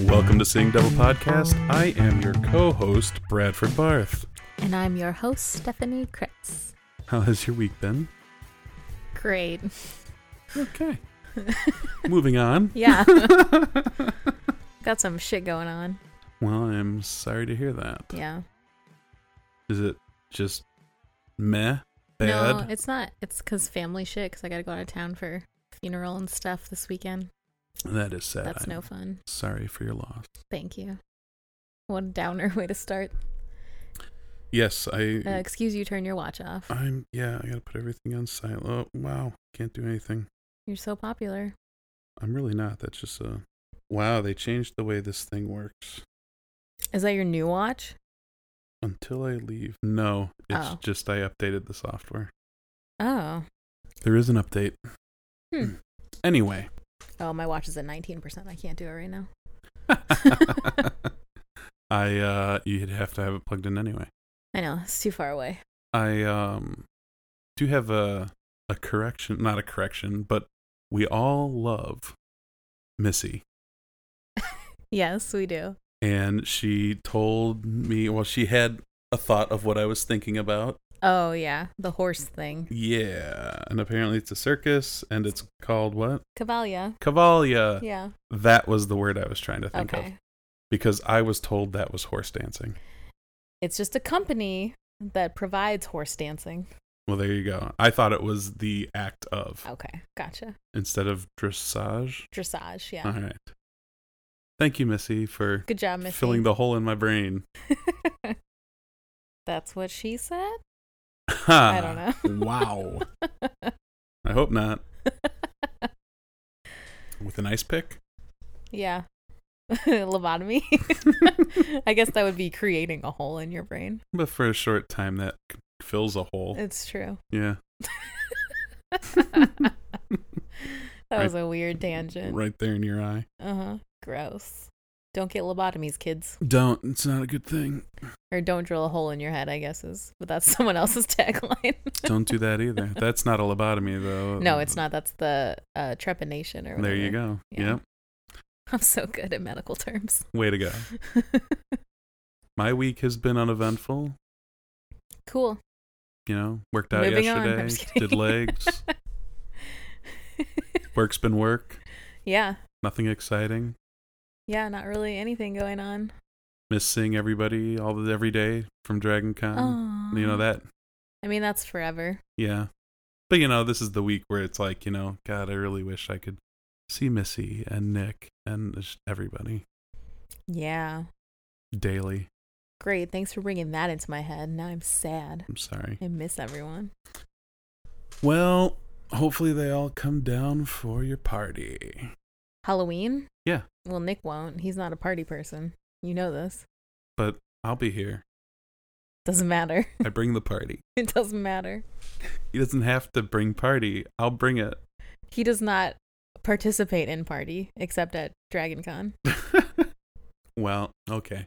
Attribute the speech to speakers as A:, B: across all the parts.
A: Welcome to Seeing Devil Podcast. I am your co host, Bradford Barth.
B: And I'm your host, Stephanie Kritz.
A: How has your week been?
B: Great.
A: Okay. Moving on.
B: Yeah. Got some shit going on.
A: Well, I'm sorry to hear that.
B: Yeah.
A: Is it just meh?
B: No,
A: Bad?
B: it's not. It's because family shit, because I got to go out of town for funeral and stuff this weekend.
A: that is sad.
B: That's
A: I'm
B: no fun.
A: Sorry for your loss.
B: Thank you. What a downer way to start.
A: Yes, I.
B: Uh, excuse you, turn your watch off.
A: I'm. Yeah, I gotta put everything on silent. Oh, wow. Can't do anything.
B: You're so popular.
A: I'm really not. That's just a. Wow, they changed the way this thing works.
B: Is that your new watch?
A: Until I leave. No, it's
B: Oh.
A: just I updated the software.
B: Oh.
A: There is an update.
B: Hmm.
A: Anyway.
B: Oh, my watch is at 19%. I can't do it right now.
A: I uh you'd have to have it plugged in anyway.
B: I know. It's too far away.
A: I um do have a a correction, not a correction, but we all love Missy
B: Yes, we do.
A: and she told me well she had a thought of what I was thinking about.
B: Oh, yeah. The horse thing.
A: Yeah, and apparently it's a circus and it's called what?
B: Cavalia.
A: Cavalia.
B: Yeah.
A: That was the word I was trying to think
B: Okay.
A: of because I was told that was horse dancing.
B: It's just a company that provides horse dancing.
A: Well, there you go. I thought it was the act of.
B: Okay, gotcha.
A: instead of dressage.
B: Dressage, yeah.
A: All right. Thank you, Missy, for
B: Good job, Missy.
A: filling the hole in my brain.
B: That's what she said.
A: I
B: don't know.
A: wow. I hope not. With an ice pick?
B: yeah. Lobotomy. I guess that would be creating a hole in your brain.
A: But for a short time, that c- fills a hole.
B: It's true.
A: yeah.
B: that was a weird tangent.
A: Right there in your eye.
B: Uh huh. Gross. Don't get lobotomies, kids.
A: Don't. It's not a good thing.
B: Or don't drill a hole in your head, I guess is. But that's someone else's tagline.
A: Don't do that either. That's not a lobotomy, though.
B: no, it's not. That's the uh, trepanation or whatever.
A: There you go.
B: Yeah.
A: Yep.
B: I'm so good at medical terms.
A: Way to go. My week has been uneventful.
B: cool.
A: you know, worked out
B: Moving on. I'm just
A: yesterday, did
B: kidding.
A: legs. Work's been work,
B: yeah.
A: nothing exciting.
B: Yeah, not really anything going on.
A: Miss seeing everybody all the, every day from Dragon Con.
B: Oh.
A: Uh, You know that,
B: I mean, that's forever.
A: yeah. But you know, this is the week where it's like, you know, God, I really wish I could see Missy and Nick and just everybody
B: Yeah.
A: daily.
B: Great. Thanks for bringing that into my head. Now I'm sad.
A: I'm sorry.
B: I miss everyone.
A: Well, hopefully they all come down for your party.
B: Halloween?
A: Yeah.
B: Well, Nick won't. He's not a party person. You know this.
A: But I'll be here.
B: Doesn't matter.
A: I bring the party.
B: it doesn't matter.
A: He doesn't have to bring party. I'll bring it.
B: He does not participate in party except at Dragon Con.
A: well, okay.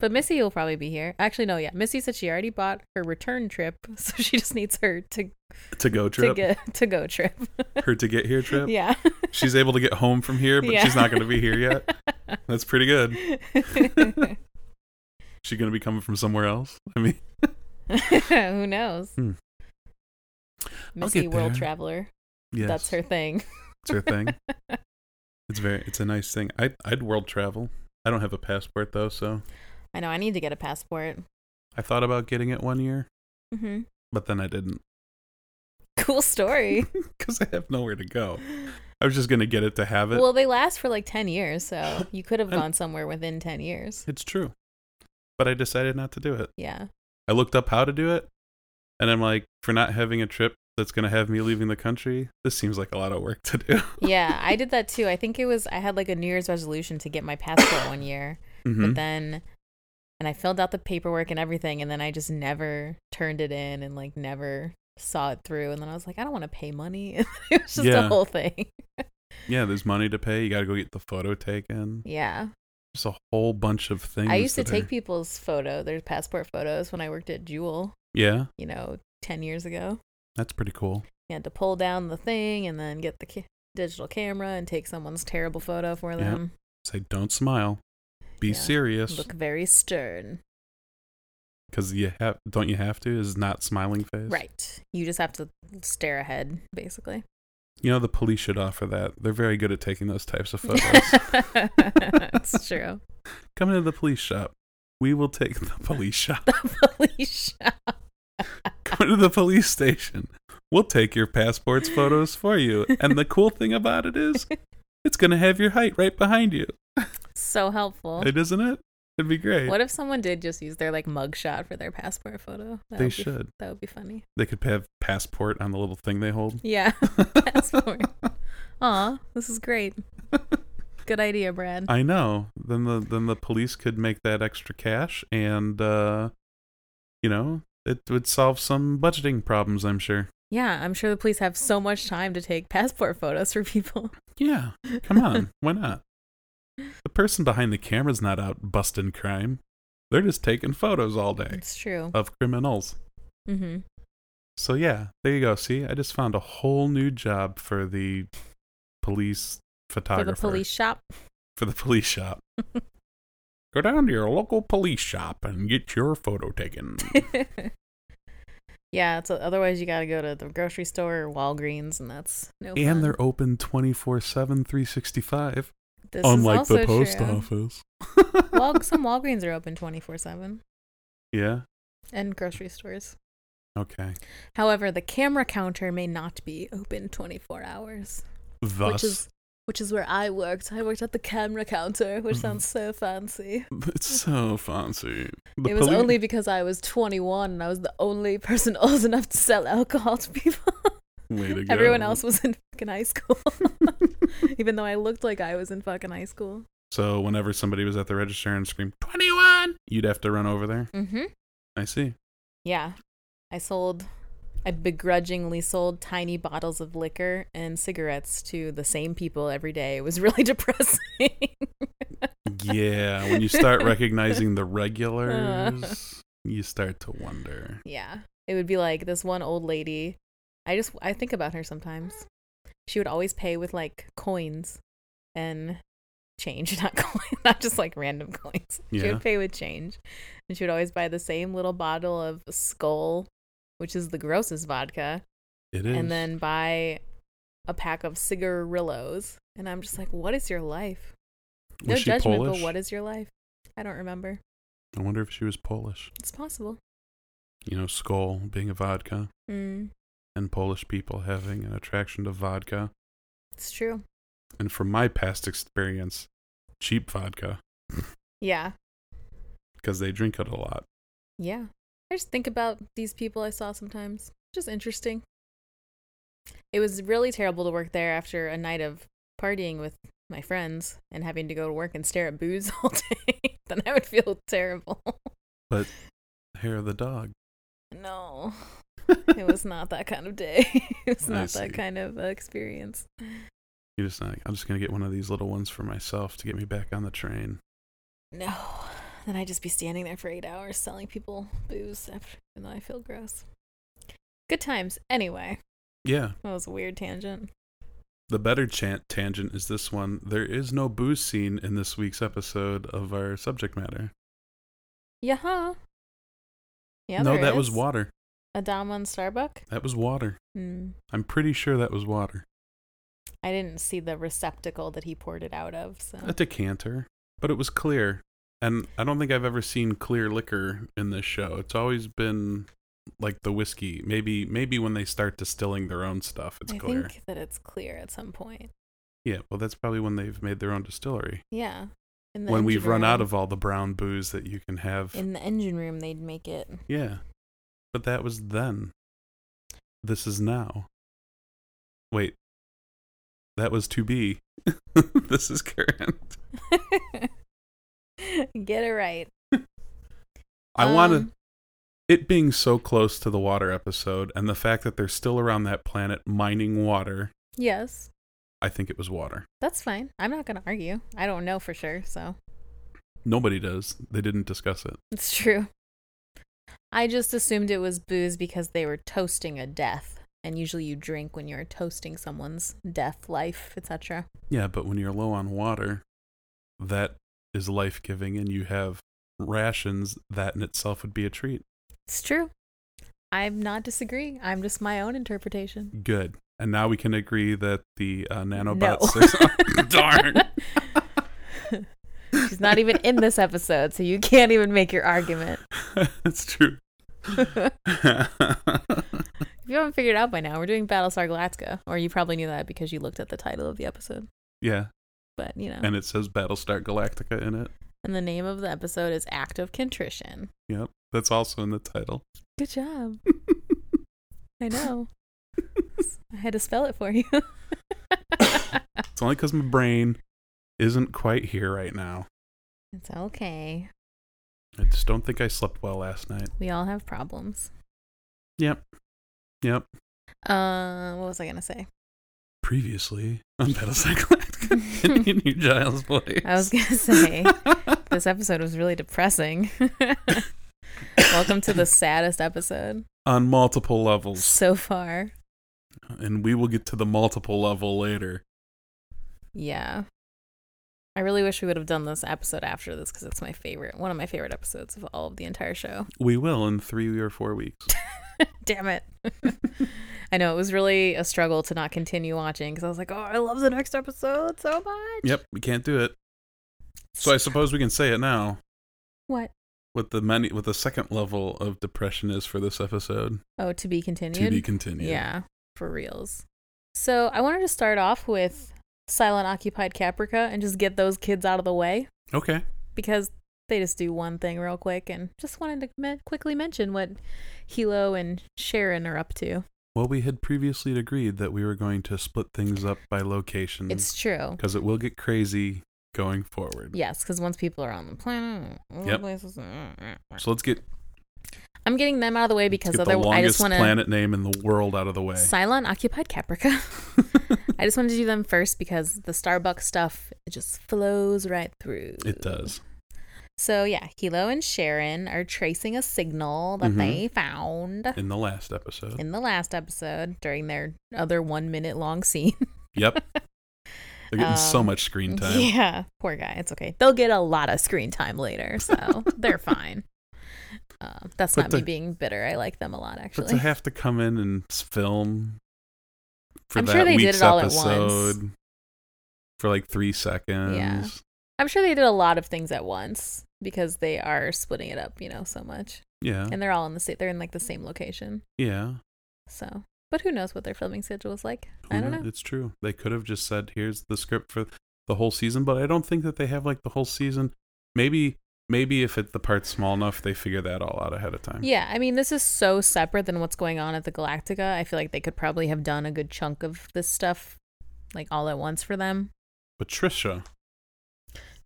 B: But Missy will probably be here. Actually, no, yeah. Missy said she already bought her return trip, so she just needs her to
A: To go
B: to
A: trip.
B: get to go trip.
A: her to get here trip.
B: Yeah.
A: She's able to get home from here, but
B: Yeah.
A: she's not going to be here yet. That's pretty good.
B: Who
A: She going to be coming from somewhere else. I mean,
B: knows?
A: Hmm.
B: Missy
A: get
B: World
A: there.
B: Traveler.
A: yes,
B: That's her thing.
A: It's her thing. It's very. It's a nice thing. I I'd world travel. I don't have a passport though, so
B: I know I need to get a passport.
A: I thought about getting it one year,
B: hmm
A: but then I didn't
B: Cool story.
A: because I have nowhere to go. I was just going to get it to have it.
B: well, they last for like 10 years, so you could have
A: I know.
B: gone somewhere within 10 years.
A: it's true, but I decided not to do it.
B: Yeah.
A: I looked up how to do it, and I'm like, for not having a trip that's going to have me leaving the country, this seems like a lot of work to do.
B: Yeah, I did that too. I think it was I had like a New Year's resolution to get my passport one year,
A: Mhm.
B: but then and I filled out the paperwork and everything and then I just never turned it in and like never saw it through and then I was like I don't want to pay money. it was just
A: Yeah.
B: a whole thing.
A: Yeah, there's money to pay. You got to go get the photo taken.
B: Yeah.
A: Just a whole bunch of things.
B: I used to
A: that
B: take
A: are-
B: people's photo, their passport photos when I worked at Jewel,
A: Yeah,
B: you know, 10 years ago.
A: that's pretty cool.
B: You had to pull down the thing and then get the ca- digital camera and take someone's terrible photo for
A: Yep.
B: them.
A: Say, don't smile. Be
B: Yeah.
A: serious.
B: Look very stern.
A: Because you have, don't you have to? Is not smiling face.
B: Right. You just have to stare ahead, basically.
A: You know, the police should offer that. They're very good at taking those types of photos.
B: That's true.
A: Come into the police shop. We will take the police shop.
B: Police shop.
A: Come to the police station. We'll take your passports photos for you. And the cool thing about it is, it's going to have your height right behind you.
B: So helpful.
A: It isn't it? It'd be great.
B: What if someone did just use their like mugshot for their passport photo? That
A: They
B: would be-
A: should.
B: That would be funny.
A: They could have passport on the little thing they hold.
B: Yeah. passport. Aw, this is great. Good idea, Brad.
A: I know. Then the then the police could make that extra cash, and uh, you know, it would solve some budgeting problems. I'm sure.
B: yeah, I'm sure the police have so much time to take passport photos for people.
A: Yeah, come on, why not? The person behind the camera's not out busting crime; they're just taking photos all day
B: It's true.
A: of criminals.
B: Mm-hmm.
A: So yeah, there you go. See, I just found a whole new job for the police
B: For
A: photographer
B: the police shop.
A: for the police shop. Go down to your local police shop and get your photo taken.
B: yeah, it's otherwise you got to go to the grocery store or Walgreens, and that's no. fun.
A: and they're open 24 7, 365.
B: This is
A: unlike
B: also
A: the post
B: true.
A: office.
B: Well, some Walgreens are open twenty four seven,
A: yeah.
B: and grocery stores.
A: Okay.
B: However, the camera counter may not be open twenty four hours,
A: Thus,
B: which is which is where I worked. I worked at the camera counter, which
A: Mhm.
B: sounds so fancy.
A: it's so fancy. The
B: it was
A: poli-
B: only because I was twenty one and I was the only person old enough to sell alcohol to people.
A: Way to go.
B: Everyone else was in fucking high school, even though I looked like I was in fucking high school.
A: So, whenever somebody was at the register and screamed, 21, you'd have to run over there.
B: Mm-hmm.
A: I see.
B: Yeah. I sold, I begrudgingly sold tiny bottles of liquor and cigarettes to the same people every day. It was really depressing.
A: Yeah. When you start recognizing
B: Uh.
A: the regulars, you start to wonder.
B: yeah. It would be like this one old lady. I just, I think about her sometimes. She would always pay with like coins and change, not coin, not just like random coins. She
A: Yeah.
B: would pay with change. And she would always buy the same little bottle of Skull, which is the grossest vodka.
A: It is.
B: and then buy a pack of cigarillos. And I'm just like, what is your life?
A: was
B: No
A: she
B: judgment,
A: Polish?
B: but what is your life? I don't remember.
A: I wonder if she was Polish.
B: It's possible.
A: You know, skull being a vodka,
B: Mm,
A: and Polish people having an attraction to vodka.
B: it's true.
A: and from my past experience, cheap vodka
B: Yeah.
A: because they drink it a lot.
B: Yeah. I just think about these people I saw sometimes. Just interesting. It was really terrible to work there after a night of partying with my friends and having to go to work and stare at booze all day. then I would feel terrible.
A: Hair of the dog.
B: No. it was not that kind of day. it was
A: I
B: not
A: see.
B: that kind of uh, experience.
A: You're just like, I'm just gonna get one of these little ones for myself to get me back on the train.
B: No. Then I'd just be standing there for eight hours selling people booze after, even though I feel gross. Good times. Anyway,
A: Yeah,
B: that was a weird tangent.
A: the better chant tangent is this one. There is no booze scene in this week's episode of our subject matter.
B: Yeah. Yeah.
A: no,
B: there
A: that was
B: is.
A: water.
B: Adama and Starbuck.
A: That was water.
B: Mm.
A: I'm pretty sure that was water.
B: I didn't see the receptacle that he poured it out of. So
A: A decanter, but it was clear. And I don't think I've ever seen clear liquor in this show. It's always been like the whiskey. Maybe maybe when they start distilling their own stuff, it's
B: I
A: clear.
B: think that it's clear at some point.
A: Yeah, well that's probably when they've made their own distillery.
B: Yeah. In
A: When we've
B: engine
A: run out
B: room-
A: of all the brown booze that you can have.
B: in the engine room, they'd make it.
A: yeah. But that was then. This is now. Wait. That was to be. this is current.
B: Get it right.
A: I wanted
B: Um,
A: it being so close to the water episode and the fact that they're still around that planet mining water
B: Yes.
A: I think it was water.
B: That's fine. I'm not going to argue. I don't know for sure, so
A: Nobody does. They didn't discuss it.
B: it's true. I just assumed it was booze because they were toasting a death, and usually you drink when you're toasting someone's death, life, etc.
A: Yeah, but when you're low on water, that is life giving, and you have rations, that in itself would be a treat.
B: It's true. I'm not disagreeing. I'm just my own interpretation.
A: Good. And now we can agree that the uh, nanobots.
B: No.
A: are- Darn.
B: She's not even in this episode, so you can't even make your argument.
A: That's true.
B: if you haven't figured it out by now, we're doing Battlestar Galactica, or you probably knew that because you looked at the title of the episode.
A: yeah,
B: But you know,
A: and it says Battlestar Galactica in it.
B: and the name of the episode is Act of Contrition.
A: Yep, that's also in the title.
B: Good job. I know. I had to spell it for you.
A: It's only because my brain isn't quite here right now.
B: it's okay.
A: I just don't think I slept well last night.
B: We all have problems.
A: Yep. Yep.
B: Uh, what was I gonna say?
A: Previously on Battlestar Galactica, in your Giles voice.
B: I was gonna say this episode was really depressing. Welcome to the saddest episode
A: on multiple levels,
B: so far.
A: and we will get to the multiple level later.
B: Yeah. I really wish we would have done this episode after this because it's my favorite, one of my favorite episodes of all of the entire show.
A: We will in three or four weeks.
B: Damn it. I know it was really a struggle to not continue watching because I was like, oh, I love the next episode so much.
A: yep, we can't do it. So I suppose we can say it now.
B: What?
A: What the many, what the second level of depression is for this episode
B: Oh, to be continued?
A: to be continued.
B: Yeah, for reals. So I wanted to start off with Silent Occupied Caprica and just get those kids out of the way
A: Okay.
B: because they just do one thing real quick and just wanted to me- quickly mention what Hilo and Sharon are up to.
A: Well, we had previously agreed that we were going to split things up by location
B: It's true.
A: because it will get crazy going forward.
B: Yes, because once people are on the planet, all the
A: Yep.
B: places- eh,
A: So let's get,
B: I'm getting them out of the way because
A: let's get the
B: otherwise I
A: longest
B: just want to
A: planet name in the world out of the way.
B: Cylon occupied Caprica. I just wanted to do them first because the Starbucks stuff it just flows right through.
A: it does.
B: So yeah, Hilo and Sharon are tracing a signal that
A: Mhm.
B: they found
A: in the last episode.
B: in the last episode during their other one minute long scene.
A: Yep. They're getting so
B: Um,
A: much screen time.
B: Yeah, poor guy. It's okay. They'll get a lot of screen time later, so they're fine. Um, that's
A: But
B: not me
A: the-
B: being bitter. I like them a lot,
A: But
B: actually.
A: to have to come in and s- film for
B: I'm
A: that
B: sure they did
A: week's
B: it all at once.
A: episode for like three seconds.
B: I'm sure they did a lot of things at once because they are splitting it up, you know, so much,
A: Yeah.
B: and they're all in the same. They're in like the same location,
A: Yeah.
B: so. But who knows what their filming schedule is like? I
A: Who
B: don't
A: kno-
B: know.
A: It's true. They could have just said, "Here's the script for the whole season," but I don't think that they have like the whole season. Maybe, maybe if it, the part's small enough, they figure that all out ahead of time.
B: Yeah, I mean, this is so separate than what's going on at the Galactica. I feel like they could probably have done a good chunk of this stuff, like all at once for them.
A: But Trisha,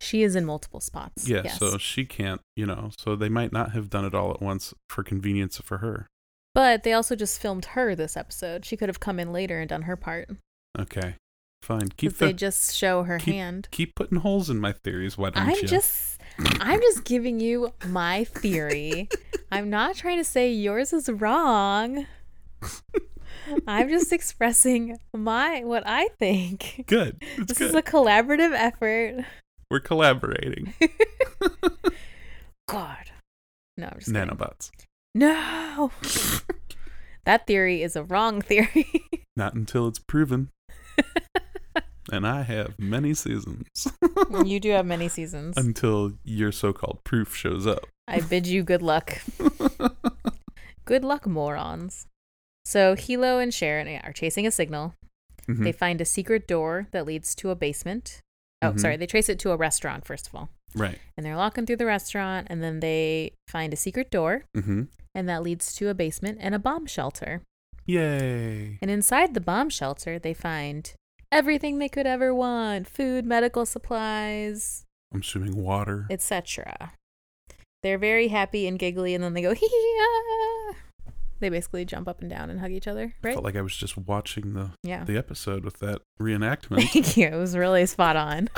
B: She is in multiple spots.
A: yeah,
B: yes.
A: so she can't, you know, so they might not have done it all at once for convenience for her.
B: But they also just filmed her this episode. She could have come in later and done her part.
A: Okay, fine. Keep
B: Because
A: the,
B: they just show her
A: keep-
B: hand.
A: keep putting holes in my theories. Why don't
B: I'm
A: you?
B: just I'm just giving you my theory. I'm not trying to say yours is wrong. I'm just expressing my what I think.
A: good. It's
B: This
A: good.
B: is a collaborative effort.
A: We're collaborating.
B: God. No, I'm just kidding.
A: Nanobots,
B: No. that theory is a wrong theory.
A: not until it's proven. and I have many seasons
B: you do have many seasons.
A: until your so-called proof shows up. Mm-hmm.
B: I bid you good luck. good luck, morons. So Hilo and Sharon are chasing a signal.
A: Mhm.
B: They find a secret door that leads to a basement. Oh,
A: Mhm.
B: sorry. They trace it to a restaurant, first of all.
A: Right.
B: And they're walking through the restaurant, and then they find a secret door,
A: Mm-hmm.
B: and that leads to a basement and a bomb shelter.
A: Yay.
B: And inside the bomb shelter, they find everything they could ever want food, medical supplies,
A: I'm assuming water.
B: etc. They're very happy and giggly, and then they go, hee hee, ah. They basically jump up and down and hug each other,
A: I
B: right?
A: felt like I was just watching the
B: yeah.
A: the episode with that reenactment.
B: Thank you. It was really spot on.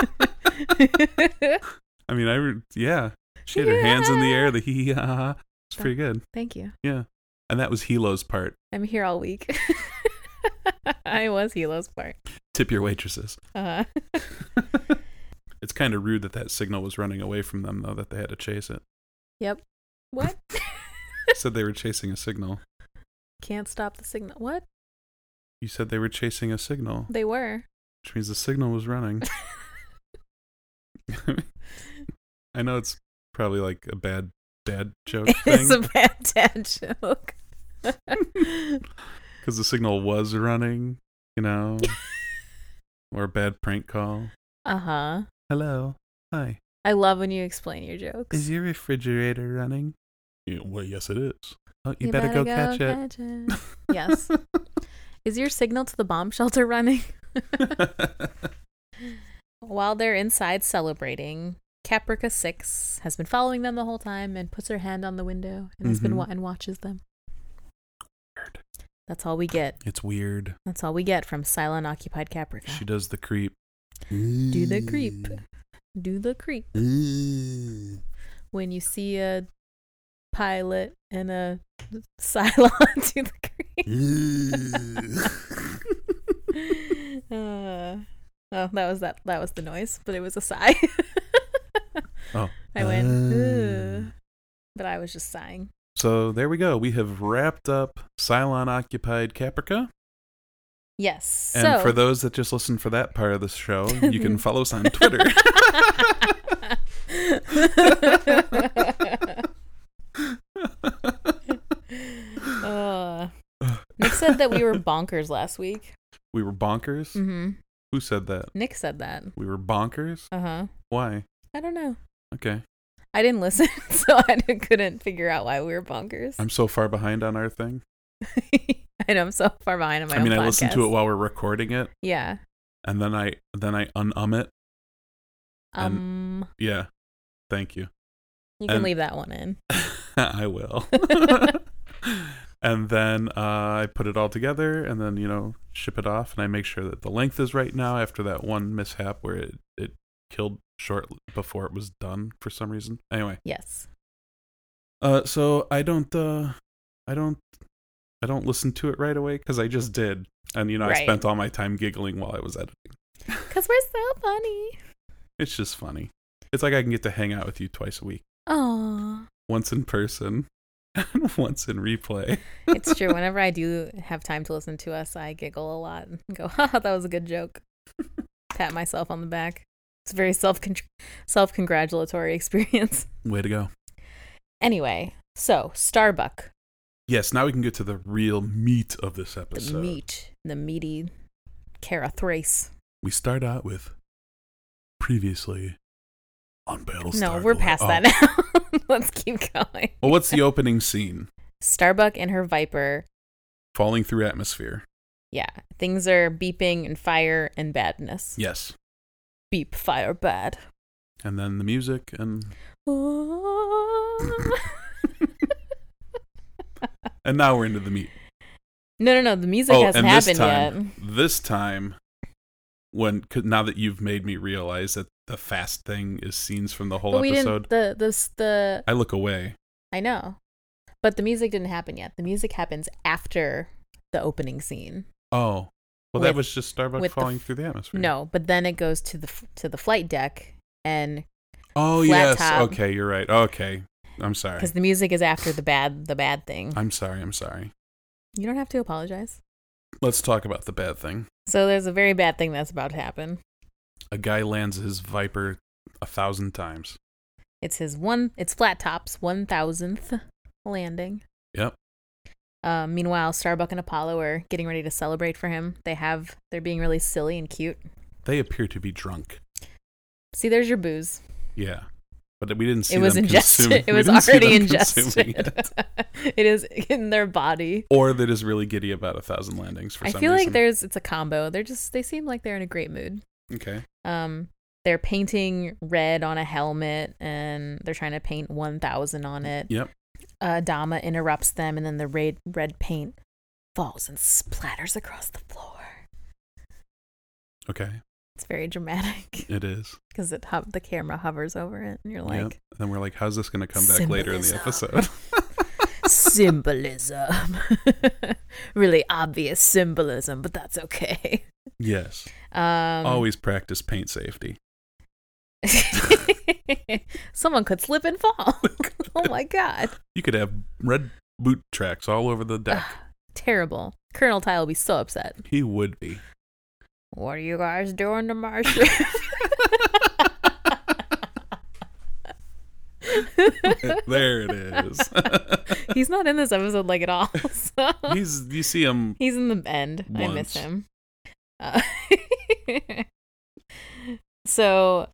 A: I mean, I re- yeah, she had her hands in the air. The hee hee ha ha. ha. It's
B: That-
A: pretty good.
B: Thank you.
A: Yeah, and that was Hilo's part.
B: I'm here all week. I was Hilo's part.
A: Tip your waitresses.
B: Uh,
A: It's kind of rude that that signal was running away from them though. That they had to chase it.
B: what?
A: Said they were chasing a signal.
B: Can't stop the signal. What?
A: You said they were chasing a signal,
B: They were.
A: which means the signal was running. I know it's probably like a bad dad joke
B: it's a
A: thing
B: bad dad joke.
A: because the signal was running, you know, or a bad prank call.
B: uh huh.
A: Hello. Hi.
B: I love when you explain your jokes.
A: Is your refrigerator running? Yeah, well, yes, it is. Oh, you, better, go, catch it.
B: it. yes. Is your signal to the bomb shelter running? While they're inside celebrating, Caprica 6 has been following them the whole time and puts her hand on the window and has been
A: Mhm.
B: wa- and watches them.
A: Weird.
B: That's all we get.
A: it's weird.
B: That's all we get from silent occupied Caprica.
A: She does the creep.
B: Do the creep. Do the creep. When you see a pilot and a Cylon, do the creep. Uh, oh, that was that. That was the noise, but it was a sigh.
A: Oh.
B: I went,
A: Ah.
B: "Ugh," but I was just sighing.
A: So there we go. We have wrapped up Cylon occupied Caprica.
B: Yes.
A: And
B: so
A: for those that just listened for that part of the show, you can follow us on Twitter.
B: Ugh. Uh, Nick said that we were bonkers last week.
A: we were bonkers.
B: Mm-hmm.
A: Who said that?
B: Nick said that.
A: We were bonkers.
B: Uh huh.
A: Why?
B: I don't know.
A: Okay,
B: I didn't listen, so I couldn't figure out why we were bonkers.
A: I'm so far behind on our thing.
B: I know I'm so far behind on my
A: I mean,
B: own
A: I listened to
B: podcast.
A: it while we're recording it,
B: Yeah.
A: and then I then I unum it. And-
B: Um.
A: Yeah, thank you.
B: you can
A: and-
B: leave that one in.
A: I will. and then uh, I put it all together, and then you know ship it off, and I make sure that the length is right now. After that one mishap where it it killed short before it was done for some reason. Anyway,
B: Yes.
A: uh, so I don't uh, I don't I don't listen to it right away because I just did, and you know I
B: Right.
A: spent all my time giggling while I was editing.
B: Because we're so funny.
A: It's just funny. It's like I can get to hang out with you twice a week,
B: Aww.
A: once in person and once in replay.
B: It's true. Whenever I do have time to listen to us, I giggle a lot and go, "Ha, that was a good joke." Pat myself on the back. It's a very self self congratulatory experience.
A: Way to go.
B: Anyway, so Starbuck,
A: Yes, now we can get to the real meat of this
B: the
A: episode.
B: meat, the meaty Cara Thrace.
A: We start out with previously on Battlestar.
B: no, we're
A: Galactica.
B: past
A: Oh.
B: that now. Let's keep going.
A: Well, what's the opening scene?
B: Starbuck and her Viper.
A: Falling through atmosphere.
B: Yeah, things are beeping and fire and badness.
A: Yes.
B: Beep, fire, bad.
A: And then the music and
B: no,
A: and now we're into the meat.
B: no, no. The music hasn't
A: Oh, and this time,
B: happened
A: this time, when 'cause now that you've made me realize that the fast thing is scenes from the
B: yet.
A: whole
B: But we
A: episode,
B: didn't. The the the.
A: I look away.
B: I know, but the music didn't happen yet. The music happens after the opening scene.
A: Oh, well,
B: With-
A: that was just Starbuck
B: with the
A: falling
B: f-
A: through the atmosphere.
B: No, but then it goes to the f- to the flight deck, and
A: Oh
B: Flat
A: yes.
B: top.
A: Okay, you're right. Okay, I'm sorry.
B: because the music is after the bad the bad thing.
A: I'm sorry. I'm sorry.
B: You don't have to apologize.
A: Let's talk about the bad thing.
B: So there's a very bad thing that's about to happen.
A: A guy lands his viper a thousand times.
B: It's his one. It's flat tops one thousandth landing.
A: Yep.
B: Um, meanwhile, Starbuck and Apollo are getting ready to celebrate for him. They have they're being really silly and cute.
A: They appear to be drunk.
B: See, there's your booze.
A: Yeah, but we didn't see
B: it was
A: them
B: ingested.
A: consume-
B: It
A: we
B: was
A: didn't see
B: already
A: them consuming
B: ingested.
A: it.
B: it is in their body.
A: Or they're just really giddy about a thousand landings for
B: I
A: some
B: feel
A: reason.
B: like there's it's a combo. They're just they seem like they're in a great mood.
A: Okay.
B: Um, they're painting red on a helmet, and they're trying to paint one thousand on it.
A: Yep.
B: Uh, Dama interrupts them, and then the red, red paint falls and splatters across the floor.
A: Okay,
B: It's very dramatic
A: it is.
B: because it ho- the camera hovers over it, and you're like,
A: And then we're like, how's this going to come back later in the
B: Symbolism.
A: episode?
B: symbolism. really obvious symbolism, but that's okay.
A: yes.
B: Um,
A: Always practice paint safety.
B: Someone could slip and fall. oh my god.
A: You could have red boot tracks all over the deck.
B: Terrible. Colonel Tile will be so upset.
A: he would be.
B: What are you guys doing to my ship?
A: there it is.
B: He's not in this episode like at all. So
A: He's you see him
B: he's in the end. I miss
A: Once.
B: him. Uh, so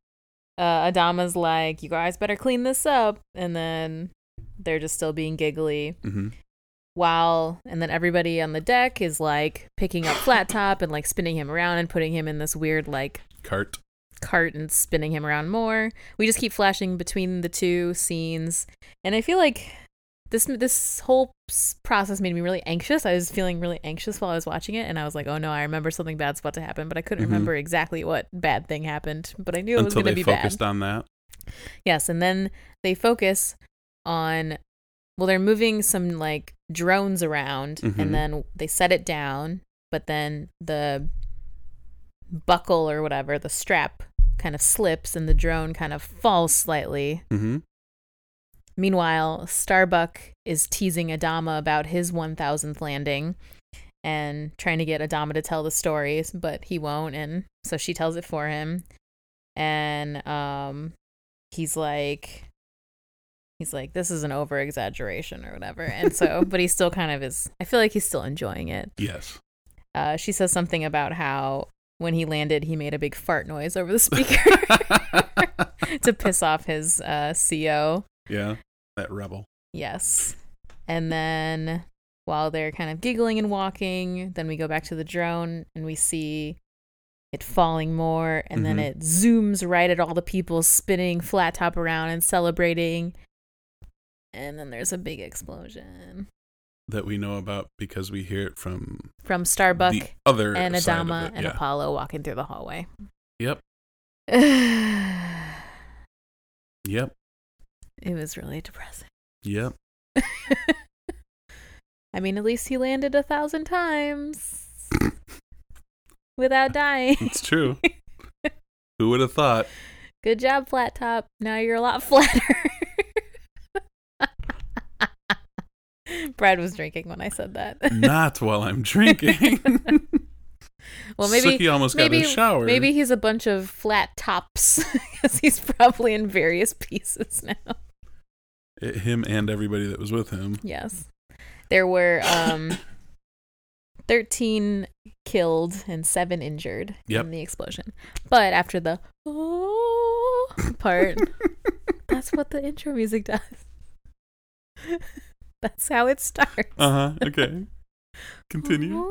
B: uh, Adama's like, "You guys better clean this up," and then they're just still being giggly.
A: mhm.
B: while and then everybody on the deck is like picking up flat top and like spinning him around and putting him in this weird like
A: cart.
B: cart and spinning him around more we just keep flashing between the two scenes and i feel like this this whole s- process made me really anxious i was feeling really anxious while i was watching it and i was like oh no i remember something bad's about to happen but i couldn't
A: Mhm.
B: remember exactly what bad thing happened but i knew it was
A: Until
B: going to
A: they
B: be bad
A: focused on that.
B: Yes, and then they focus on well, they're moving some like drones around
A: Mhm.
B: and then they set it down, but then the buckle or whatever, the strap kind of slips and the drone kind of falls slightly.
A: hmm
B: Meanwhile, Starbuck is teasing Adama about his 1000th landing and trying to get Adama to tell the stories, but he won't and so she tells it for him. And um he's like he's like this is an over exaggeration or whatever. And so but he still kind of is I feel like he's still enjoying it.
A: Yes.
B: Uh she says something about how when he landed he made a big fart noise over the speaker to piss off his uh CO.
A: yeah. That rebel.
B: Yes. And then while they're kind of giggling and walking, then we go back to the drone and we see it falling more. And then
A: Mhm.
B: it zooms right at all the people spinning flat top around and celebrating. And then there's a big explosion
A: That we know about because we hear it from
B: from Starbuck
A: the other
B: and
A: side of
B: Adama
A: it,
B: and
A: yeah.
B: Apollo walking through the hallway.
A: Yep.
B: it
A: Yep.
B: was really depressing.
A: Yep.
B: I mean, at least he landed a thousand times without dying.
A: It's true. Who would have thought?
B: Good job, flat top. Now you're a lot flatter. Brad was drinking when I said that.
A: Not while I'm drinking.
B: well, maybe
A: Suki almost
B: maybe
A: got a shower.
B: maybe he's a bunch of flat tops because he's probably in various pieces now.
A: It- him and everybody that was with him.
B: Yes, there were um, thirteen killed and seven injured
A: Yep.
B: in the explosion. But after the oh part, that's what the intro music does. that's how it starts.
A: Uh huh. Okay. Continue.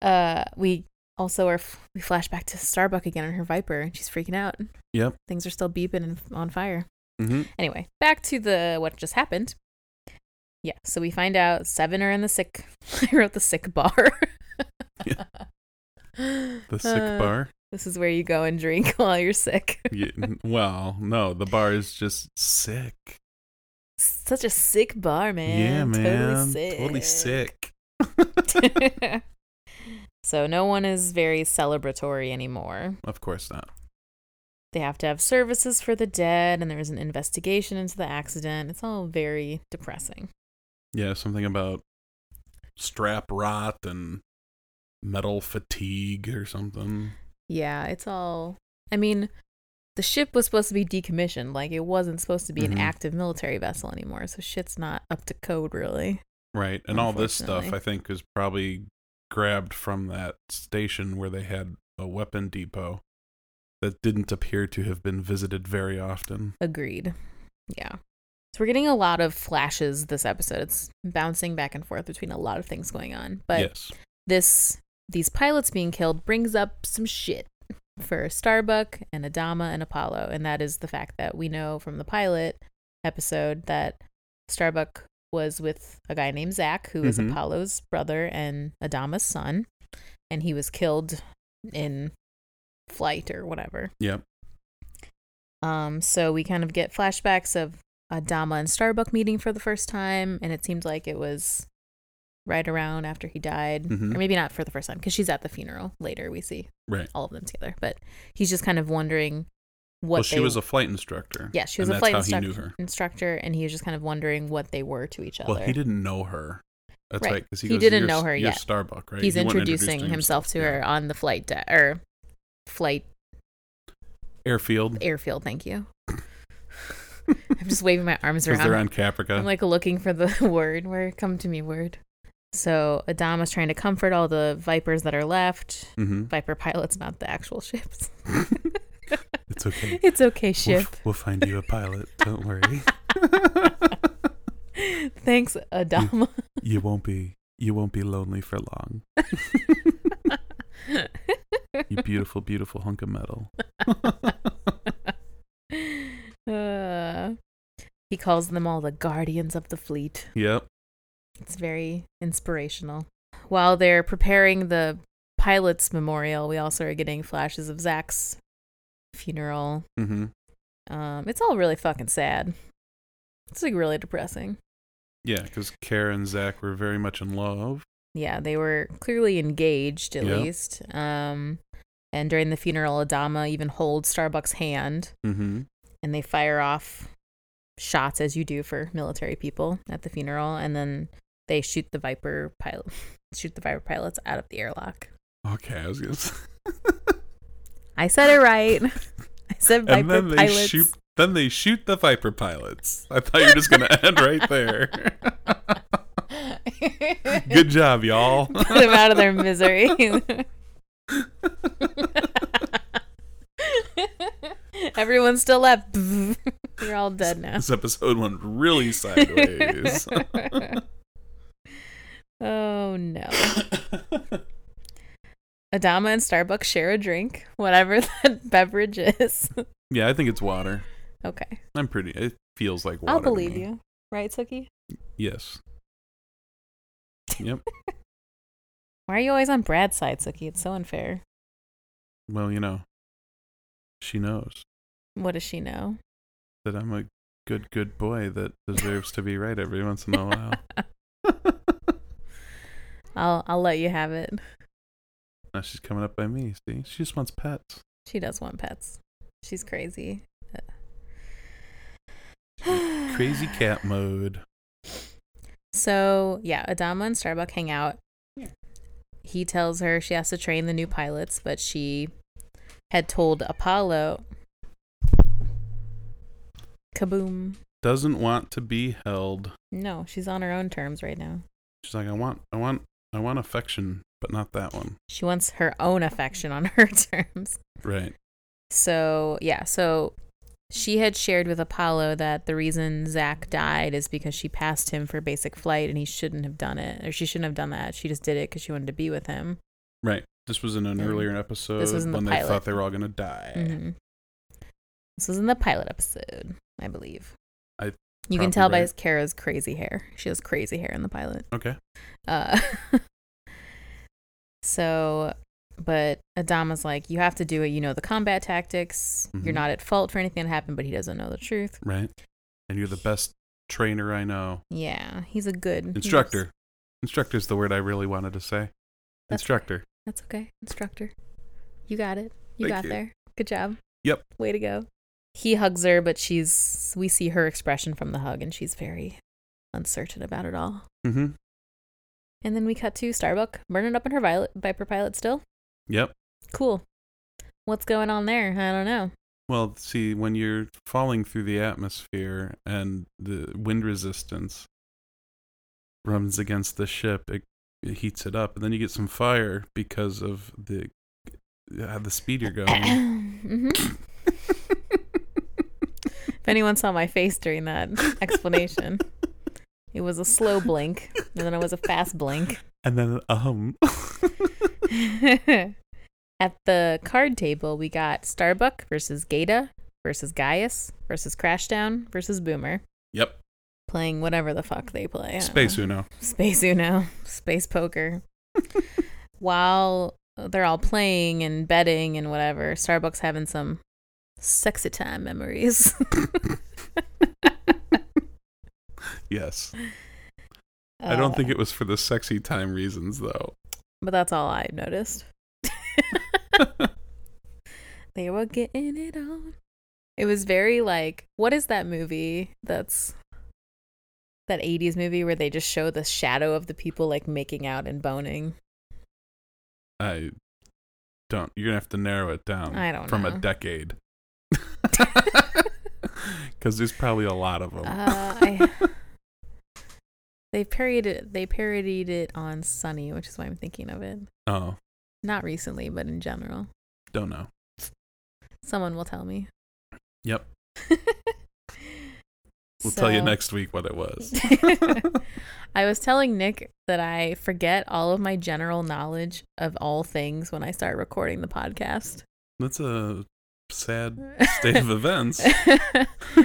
B: Uh, we also are f- we flash back to Starbuck again and her Viper, and she's freaking out.
A: Yep.
B: Things are still beeping and on fire.
A: hmm
B: Anyway, back to the what just happened. Yeah, so we find out seven are in the sick. I wrote the sick bar.
A: The sick
B: Uh,
A: bar.
B: This is where you go and drink while you're sick.
A: Yeah, n- well, no, the bar is just sick.
B: Such a sick bar, man.
A: yeah, man.
B: Totally sick.
A: Totally sick.
B: so no one is very celebratory anymore.
A: Of course not.
B: they have to have services for the dead and there was an investigation into the accident it's all very depressing
A: Yeah, something about strap rot and metal fatigue or something.
B: yeah it's all i mean the ship was supposed to be decommissioned like it wasn't supposed to be
A: Mhm.
B: an active military vessel anymore so shit's not up to code really
A: Right. And all this stuff,
B: Unfortunately.
A: I think, is probably grabbed from that station where they had a weapon depot that didn't appear to have been visited very often.
B: agreed yeah so we're getting a lot of flashes this episode it's bouncing back and forth between a lot of things going on but
A: yes.
B: this these pilots being killed brings up some shit for Starbuck and Adama and Apollo, and that is the fact that we know from the pilot episode that Starbuck was with a guy named Zach, who is
A: Mhm.
B: Apollo's brother and Adama's son, and he was killed in flight or whatever.
A: Yep.
B: Um, so we kind of get flashbacks of Adama and Starbuck meeting for the first time, and it seemed like it was right around after he died,
A: Mhm.
B: or maybe not for the first time because she's at the funeral later. We see
A: Right.
B: all of them together, but he's just kind of wondering what
A: well, she
B: they-
A: was a flight instructor.
B: yeah she was
A: and
B: a flight
A: That's how
B: instructor
A: he knew her.
B: instructor and he was just kind of wondering what they were to each other.
A: Well, he didn't know her. That's
B: Right.
A: right. Because
B: He
A: goes,
B: didn't
A: "You're-
B: know her
A: you're
B: yet.
A: Starbuck, right?
B: He's
A: He wouldn't introduce
B: introducing himself to
A: yeah.
B: her on the flight de- or flight
A: Airfield.
B: airfield. Thank you. I'm just waving my arms
A: Because they're on
B: around.
A: Caprica.
B: I'm like looking for the word. Where come to me, word. So Adama's trying to comfort all the vipers that are left.
A: hmm
B: Viper pilots, not the actual ships.
A: Mm-hmm. It's okay.
B: It's okay,
A: We'll,
B: ship.
A: f- we'll find you a pilot. Don't worry.
B: Thanks, Adama.
A: you won't be you won't be lonely for long. You beautiful, beautiful hunk of metal.
B: Uh, he calls them all the guardians of the fleet.
A: Yep.
B: It's very inspirational. While they're preparing the pilot's memorial, we also are getting flashes of Zach's funeral.
A: Mm-hmm.
B: Um, it's all really fucking sad. It's like really depressing.
A: Yeah, because Kara and Zach were very much in love.
B: Yeah, they were clearly engaged at
A: Yeah.
B: least. Um, and during the funeral, Adama even holds Starbucks' hand,
A: Mm-hmm.
B: and they fire off shots as you do for military people at the funeral, and then they shoot the Viper pilot, shoot the Viper pilots out of the airlock.
A: Okay, I was gonna. Say.
B: I said it right. I said Viper
A: and then they
B: pilots.
A: shoot. Then they shoot the Viper pilots. I thought you were just gonna end right there. Good job, y'all.
B: Put them out of their misery. Everyone's still left. You're all dead now.
A: This episode went really sideways.
B: oh no. Adama and Starbucks share a drink, whatever that beverage is.
A: yeah, I think it's water.
B: Okay.
A: I'm pretty. It feels like water.
B: I'll
A: to
B: believe
A: me.
B: you. Right, Sookie?
A: Yes. Yep.
B: Why are you always on Brad's side, Sookie? It's so unfair.
A: Well, you know, she knows
B: What does she know?
A: that I'm a good, good boy that deserves to be right every once in a while.
B: I'll I'll let you have it.
A: now she's coming up by me. See, she just wants pets.
B: She does want pets. She's crazy.
A: Crazy cat mode.
B: So yeah, Adama and Starbuck hang out. He tells her she has to train the new pilots, but she had told Apollo. Kaboom!
A: Doesn't want to be held.
B: No, she's on her own terms right now.
A: She's like, I want, I want, I want affection, but not that one.
B: She wants her own affection on her terms.
A: Right.
B: So, yeah, so she had shared with Apollo that the reason Zach died is because she passed him for basic flight and he shouldn't have done it, or she shouldn't have done that. She just did it because she wanted to be with him.
A: Right. This was in an
B: Mm.
A: earlier episode
B: was in the
A: when they
B: pilot.
A: thought they were all gonna die.
B: Mhm. This was in the pilot episode, I believe.
A: I-
B: you can
A: probably
B: tell by
A: right.
B: Kara's crazy hair. She has crazy hair in the pilot.
A: Okay.
B: Uh, so, but Adama's like, you have to do it. You know the combat tactics. You're
A: Mhm.
B: not at fault for anything that happened, but he doesn't know the truth.
A: Right. And you're the best trainer I know.
B: Yeah, he's a good he's-
A: Instructor. Instructor is the word I really wanted to say.
B: That's-
A: Instructor.
B: That's okay, instructor. You got it. You
A: Thank
B: got
A: you.
B: there. Good job.
A: Yep.
B: Way to go. He hugs her, but she's we see her expression from the hug, and she's very uncertain about it all.
A: Mm-hmm.
B: And then we cut to Starbuck burning up in her violet Viper pilot still.
A: Yep.
B: Cool. What's going on there? I don't know.
A: Well, see, when you're falling through the atmosphere and the wind resistance runs against the ship, it, it heats it up, and then you get some fire because of the uh, the speed you're going.
B: Mhm. if anyone saw my face during that explanation, it was a slow blink, and then it was a fast blink.
A: and then um,
B: At the card table, we got Starbuck versus Gata versus Gaius versus Crashdown versus Boomer.
A: yep,
B: playing whatever the fuck they play. I don't
A: Space Uno.
B: know. space Uno, space poker. While they're all playing and betting and whatever, Starbucks having some sexy time memories.
A: Yes. I
B: Uh,
A: don't think it was for the sexy time reasons though.
B: But that's all I noticed. they were getting it on. It was very like, what is that movie that's that 80s movie where they just show the shadow of the people like making out and boning?
A: I don't. You're gonna have to narrow it down.
B: I don't
A: from a
B: know.
A: decade. Because there's probably a lot of them.
B: Uh, I, they parodied it, they parodied it on Sunny, which is why I'm thinking of it.
A: oh,
B: Not recently, but in general.
A: don't know.
B: Someone will tell me.
A: Yep. We'll tell you
B: So-
A: next week what it was.
B: I was telling Nick that I forget all of my general knowledge of all things when I start recording the podcast.
A: That's a sad state of events.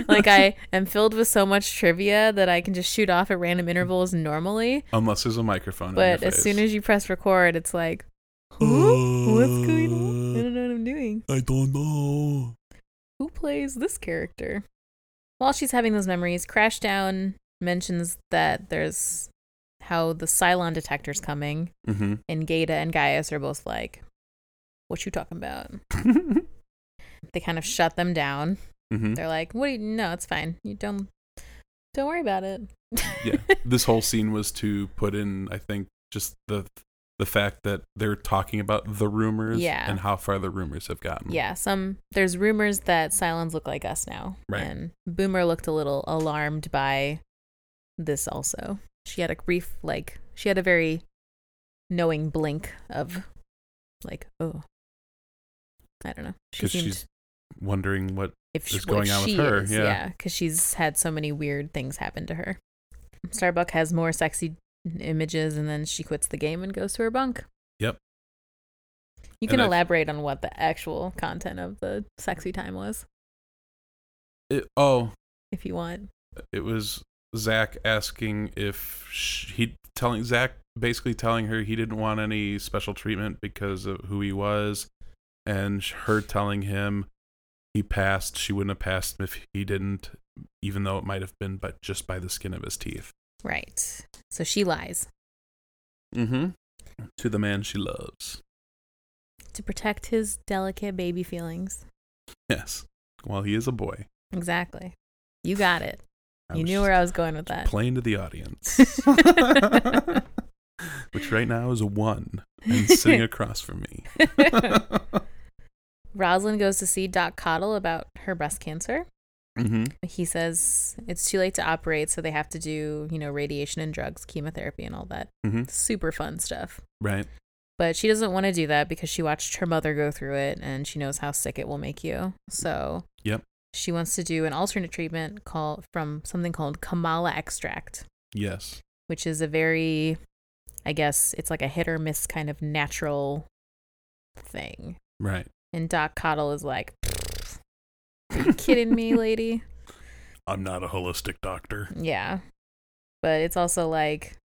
B: like I am filled with so much trivia that I can just shoot off at random intervals normally,
A: Unless there's a microphone. in
B: but
A: your
B: as
A: face.
B: soon as you press record, it's like, huh? What's going on? I don't know what I'm doing.
A: I don't know.
B: Who plays this character? While she's having those memories, Crashdown mentions that there's how the Cylon detector's coming.
A: Mm-hmm.
B: and Gata and Gaius are both like, "What you talking about?" They kind of shut them down.
A: mm-hmm.
B: They're like, "What? Do you, no, it's fine. You don't don't worry about it."
A: Yeah. This whole scene was to put in, I think, just the the fact that they're talking about the rumors
B: Yeah.
A: and how far the rumors have gotten.
B: yeah. Some there's rumors that Cylons look like us now,
A: Right.
B: and Boomer looked a little alarmed by this. Also, she had a brief like she had a very knowing blink of like, "Oh, I don't know." She
A: 'Cause
B: seemed
A: she's wondering what
B: if she,
A: is
B: what
A: going on with
B: she
A: her,
B: is,
A: yeah.
B: yeah, because she's had so many weird things happen to her. Starbuck has more sexy images, and then she quits the game and goes to her bunk.
A: Yep.
B: You
A: And
B: can
A: I-
B: elaborate on what the actual content of the sexy time was,
A: it, oh,
B: if you want.
A: it was Zach asking if sh he telling Zach basically telling her he didn't want any special treatment because of who he was, and sh- her telling him he passed. She wouldn't have passed him if he didn't, even though it might have been, but just by the skin of his teeth.
B: Right. So she lies
A: Mm-hmm. To the man she loves.
B: to protect his delicate baby feelings.
A: Yes. While he is a boy.
B: Exactly. You got it.
A: I
B: You
A: was
B: knew where I was going with that.
A: Playing to the audience, which right now is a one and sitting across from me.
B: Rosalind goes to see Doc Cottle about her breast cancer.
A: mm-hmm.
B: he says it's too late to operate, so they have to do, you know, radiation and drugs, chemotherapy, and all that
A: Mhm.
B: super fun stuff.
A: Right.
B: But she doesn't want to do that because she watched her mother go through it and she knows how sick it will make you. So,
A: Yep.
B: She wants to do an alternate treatment called from something called Kamala extract,
A: Yes.
B: which is a very, I guess, it's like a hit or miss kind of natural thing.
A: Right.
B: And Doc Cottle is like, "Are you kidding me, lady?
A: I'm not a holistic doctor.
B: Yeah. But it's also like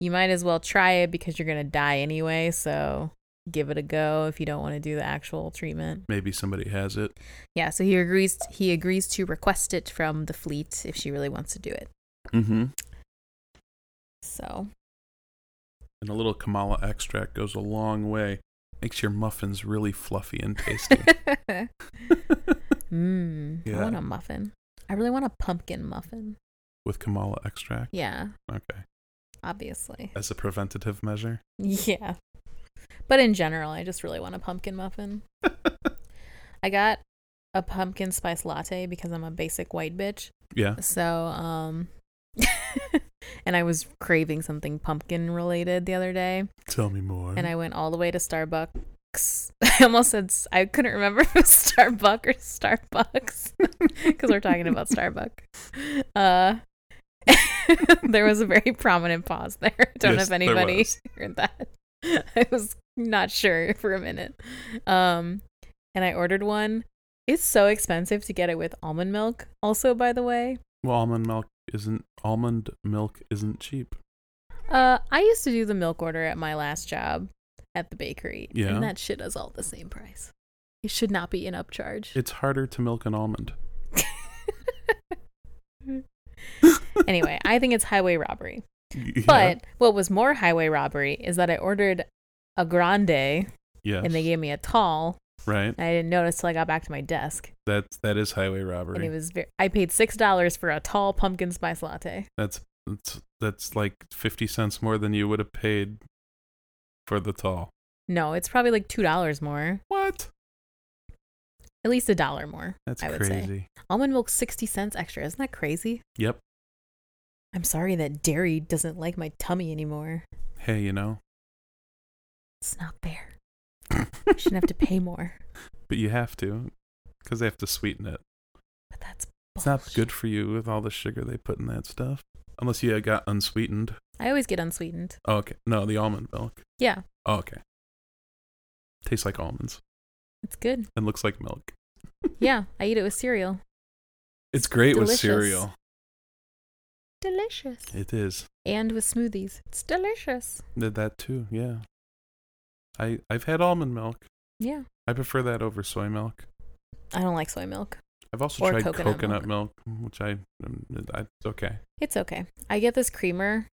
B: you might as well try it because you're going to die anyway, so give it a go if you don't want to do the actual treatment.
A: Maybe somebody has it.
B: Yeah, so he agrees he agrees to request it from the fleet if she really wants to do it.
A: Mm-hmm.
B: So,
A: And a little Kamala extract goes a long way. Makes your muffins really fluffy and tasty.
B: mm, I
A: Yeah.
B: want a muffin. I really want a pumpkin muffin.
A: With Kamala extract.
B: Yeah,
A: Okay.
B: obviously.
A: As a preventative measure.
B: Yeah. But in general, I just really want a pumpkin muffin. I got a pumpkin spice latte because I'm a basic white bitch.
A: yeah.
B: So, um and I was craving something pumpkin related the other day,
A: Tell me more.
B: and I went all the way to Starbucks. I almost said s- I couldn't remember if it was Starbucks or Starbucks because we're talking about Starbucks. Uh there was a very prominent pause there. Don't know
A: Yes,
B: if
A: there
B: anybody
A: was.
B: heard that. I was not sure for a minute. Um, and I ordered one. It's so expensive to get it with almond milk. Also, by the way,
A: Well, almond milk isn't almond milk isn't cheap.
B: Uh, I used to do the milk order at my last job at the bakery.
A: Yeah.
B: And that shit is all the same price. It should not be an upcharge.
A: It's harder to milk an almond.
B: anyway, I think it's highway robbery.
A: Yeah,
B: But what was more highway robbery is that I ordered a grande
A: yes,
B: and they gave me a tall.
A: right.
B: And I didn't notice till I got back to my desk.
A: That's that is highway
B: And it
A: robbery.
B: was very, I paid $6 for a tall pumpkin spice latte.
A: that's that's that's like fifty cents more than you would have paid for the tall.
B: No, it's probably like $2 more,
A: What?
B: at least a dollar more.
A: That's
B: I would say.
A: crazy.
B: Almond milk 60 cents extra. Isn't that crazy?
A: Yep.
B: I'm sorry that dairy doesn't like my tummy anymore.
A: Hey, you know,
B: It's not fair. I shouldn't have to pay more.
A: but you have to because they have to sweeten it.
B: But that's
A: It's not
B: bullshit.
A: good for you with all the sugar they put in that stuff. Unless you got unsweetened.
B: I always get unsweetened.
A: Oh, okay. No, the almond milk.
B: Yeah,
A: Oh, okay. Tastes like almonds
B: it's good.
A: and looks like milk.
B: Yeah, I eat it with cereal.
A: It's great with
B: Delicious.
A: cereal.
B: Delicious.
A: It is.
B: And with smoothies. It's delicious.
A: Did that too. Yeah. I I've had almond milk.
B: Yeah.
A: I prefer that over soy milk.
B: I don't like soy milk.
A: I've also
B: Or
A: tried
B: coconut
A: coconut, milk. which I, um, I it's okay.
B: It's okay. I get this creamer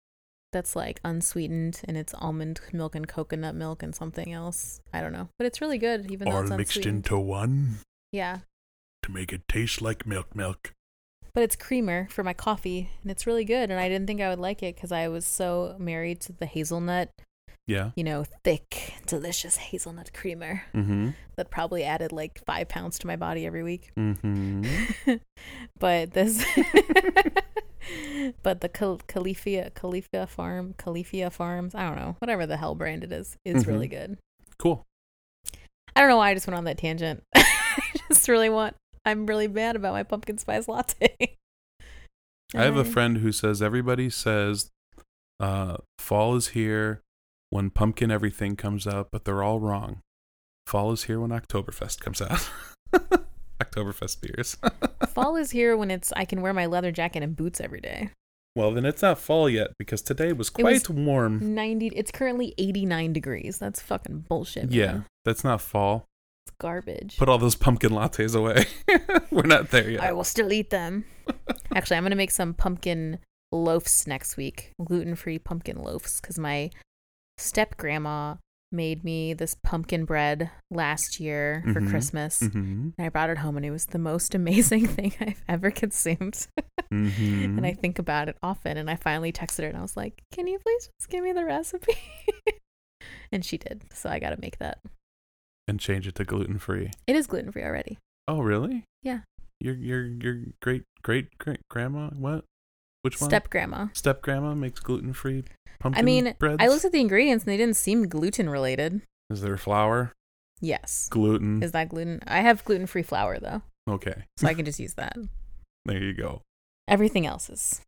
B: that's like unsweetened and it's almond milk and coconut milk and something else. I don't know. But it's really good even though it's unsweetened.
A: one
B: yeah.
A: to make it taste like milk milk.
B: But it's creamer for my coffee and it's really good and I didn't think I would like it cuz I was so married to the hazelnut,
A: Yeah.
B: you know, thick, delicious hazelnut creamer
A: Mhm.
B: that probably added like 5 pounds to my body every week.
A: Mhm.
B: but this but the Cal- Califia Califia Farm Califia Farms I don't know whatever the hell brand it is is
A: Mhm.
B: really good
A: Cool.
B: I don't know why I just went on that tangent I just really want I'm really mad about my pumpkin spice latte
A: I have a
B: And
A: friend who says everybody says uh, fall is here when pumpkin everything comes out, but they're all wrong. Fall is here when Oktoberfest comes out. Oktoberfest beers.
B: fall is here when it's I can wear my leather jacket and boots every day
A: well, then it's not fall yet because today was
B: It was-
A: quite warm.
B: 90 it's currently 89 degrees that's fucking bullshit
A: Yeah,
B: man.
A: that's not fall.
B: it's garbage
A: Put all those pumpkin lattes away. We're not there yet.
B: I will still eat them. Actually, I'm going to make some pumpkin loaves next week, gluten free pumpkin loaves, because my step grandma made me this pumpkin bread last year for
A: Mhm.
B: Christmas.
A: Mhm.
B: And I brought it home, and it was the most amazing thing I've ever consumed.
A: Mhm.
B: And I think about it often. And I finally texted her, and I was like, "Can you please just give me the recipe?" and she did. So I got to make that.
A: and change it to gluten free.
B: It is gluten free already.
A: Oh, really?
B: Yeah.
A: Your your your great great great grandma what? Which one?
B: Step grandma.
A: Step grandma makes gluten free pumpkin
B: I mean,
A: breads.
B: I looked at the ingredients, and they didn't seem gluten related.
A: Is there flour?
B: Yes.
A: Gluten.
B: Is that gluten? I have gluten free flour though,
A: okay.
B: so I can just use that.
A: There you go.
B: Everything else is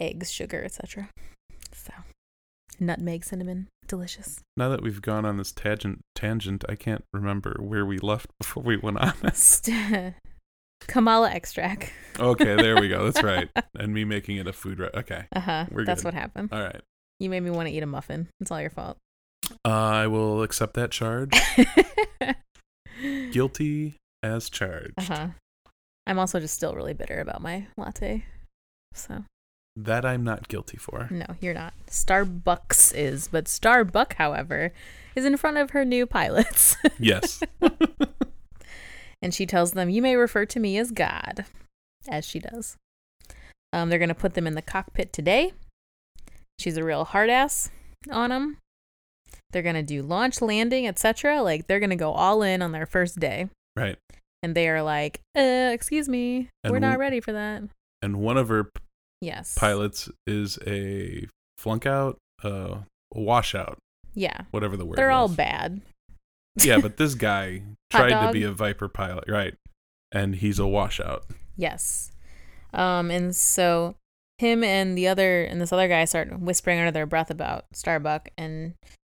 B: eggs, sugar, etc. So nutmeg, cinnamon, delicious.
A: Now that we've gone on this tangent tangent, I can't remember where we left before we went on this.
B: St- Kamala extract.
A: Okay, there we go. That's right. And me making it a food re- okay.
B: Uh huh.
A: We're
B: That's
A: good.
B: what happened.
A: All right. Uh,
B: You made me want to eat a muffin. It's all your fault.
A: I will accept that charge. Guilty as charged.
B: uh huh. I'm also just still really bitter about my latte. So
A: That I'm not guilty for.
B: no, you're not. Starbucks is, but Starbuck, however, is in front of her new pilots.
A: Yes.
B: and she tells them, "You may refer to me as God," as she does. Um, they're gonna put them in the cockpit today. She's a real hard ass on them. They're gonna do launch, landing, etc. Like they're gonna go all in on their first day,
A: Right.
B: and they are like, uh, "Excuse me,
A: And
B: we're not
A: w-
B: ready for that."
A: And one of her p-
B: Yes,
A: pilots is a flunk out, uh, washout,
B: Yeah,
A: whatever the word
B: they're all
A: was.
B: bad.
A: yeah, but this guy
B: Hot
A: tried to
B: dog.
A: be a Viper pilot, right? And he's a washout.
B: Yes. Um, and so him and the other and this other guy start whispering under their breath about Starbuck and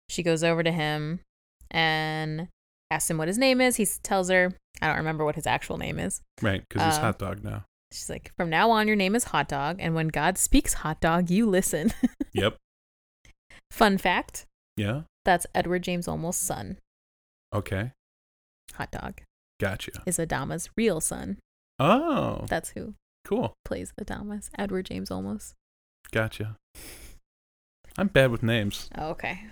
B: she goes over to him and asks him what his name is. He s- tells her I don't remember what his actual name is.
A: Right, because he's
B: Uh,
A: hot dog now.
B: She's like, from now on, your name is Hot Dog, and when God speaks Hot Dog, you listen.
A: Yep.
B: Fun fact
A: Yeah.
B: that's Edward James Olmos's son.
A: Okay.
B: Hot Dog
A: Gotcha.
B: is Adama's real son.
A: Oh,
B: That's who
A: cool.
B: plays Adamas, Edward James Olmos.
A: Gotcha. I'm bad with names.
B: Oh, okay.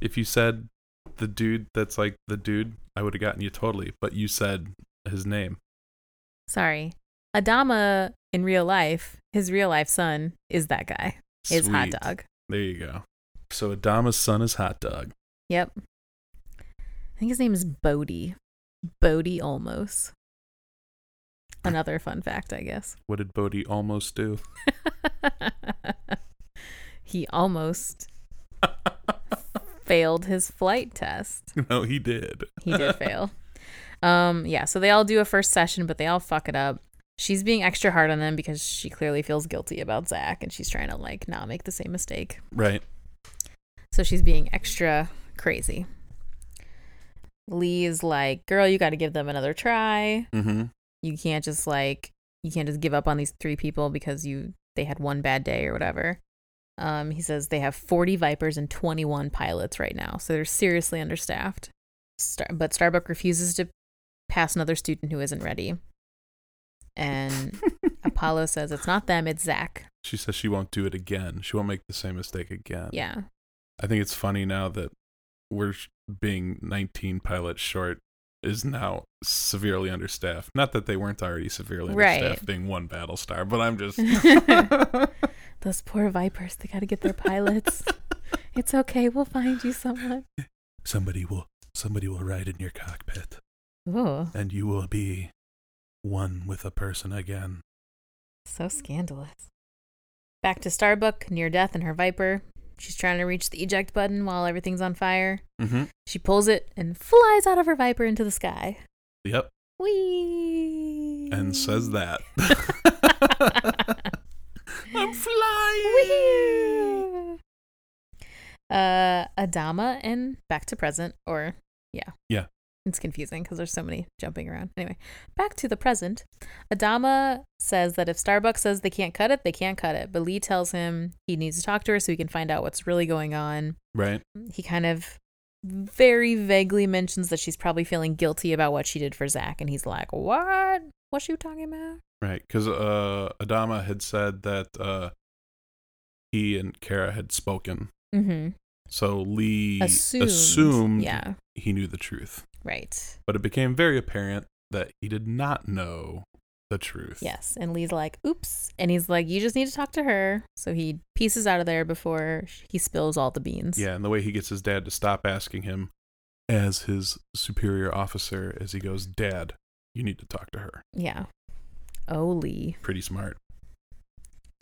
A: If you said the dude that's like the dude, I would have gotten you totally, but you said his name.
B: Sorry. Adama in real life, his real life son is that guy, is Hot
A: Sweet.
B: Dog.
A: There you go. So Adama's son is Hot Dog.
B: Yep. I think his name is Bodie. Bodie Olmos. Another fun fact, I guess.
A: What did Bodhi almost do?
B: he almost failed his flight test.
A: no, he did.
B: He did fail. Um, yeah, so they all do a first session, but they all fuck it up. She's being extra hard on them because she clearly feels guilty about Zach and she's trying to like not make the same mistake.
A: Right.
B: So she's being extra crazy. Lee is like, girl, you got to give them another try.
A: Mm-hmm.
B: You can't just like, you can't just give up on these three people because you they had one bad day or whatever. Um, he says they have 40 Vipers and 21 pilots right now, so they're seriously understaffed. Star- but Starbuck refuses to pass another student who isn't ready. And Apollo says it's not them, it's Zach.
A: She says she won't do it again. She won't make the same mistake again.
B: Yeah,
A: I think it's funny now that we're sh- being 19 pilots short is now severely understaffed. Not that they weren't already severely
B: Right.
A: understaffed being one Battlestar, but I'm just
B: those poor Vipers, they got to get their pilots. It's okay. We'll find you someone.
A: somebody will somebody will ride in your cockpit
B: Ooh,
A: and you will be one with a person again.
B: so scandalous. Back to Starbuck, near death in her Viper. She's trying to reach the eject button while everything's on fire.
A: Mhm.
B: She pulls it and flies out of her Viper into the sky.
A: Yep.
B: Whee!
A: And says that. I'm flying.
B: Whee! Uh, Adama and back to present, or yeah,
A: Yeah.
B: It's confusing because there's so many jumping around. Anyway, back to the present. Adama says that if Starbucks says they can't cut it, they can't cut it. But Lee tells him he needs to talk to her so he can find out what's really going on.
A: Right.
B: He kind of very vaguely mentions that she's probably feeling guilty about what she did for Zach, and he's like, "What? What you talking about?"
A: Right, because uh, Adama had said that uh, he and Kara had spoken,
B: Mm-hmm.
A: so Lee
B: Assumed.
A: assumed,
B: Yeah.
A: he knew the truth,
B: Right.
A: but it became very apparent that he did not know the truth.
B: Yes. And Lee's like, oops. And he's like, you just need to talk to her. So he pieces out of there before sh- he spills all the beans.
A: yeah, and the way he gets his dad to stop asking him, as his superior officer, as he goes, "Dad, you need to talk to her."
B: Yeah. Oh, Lee.
A: Pretty smart,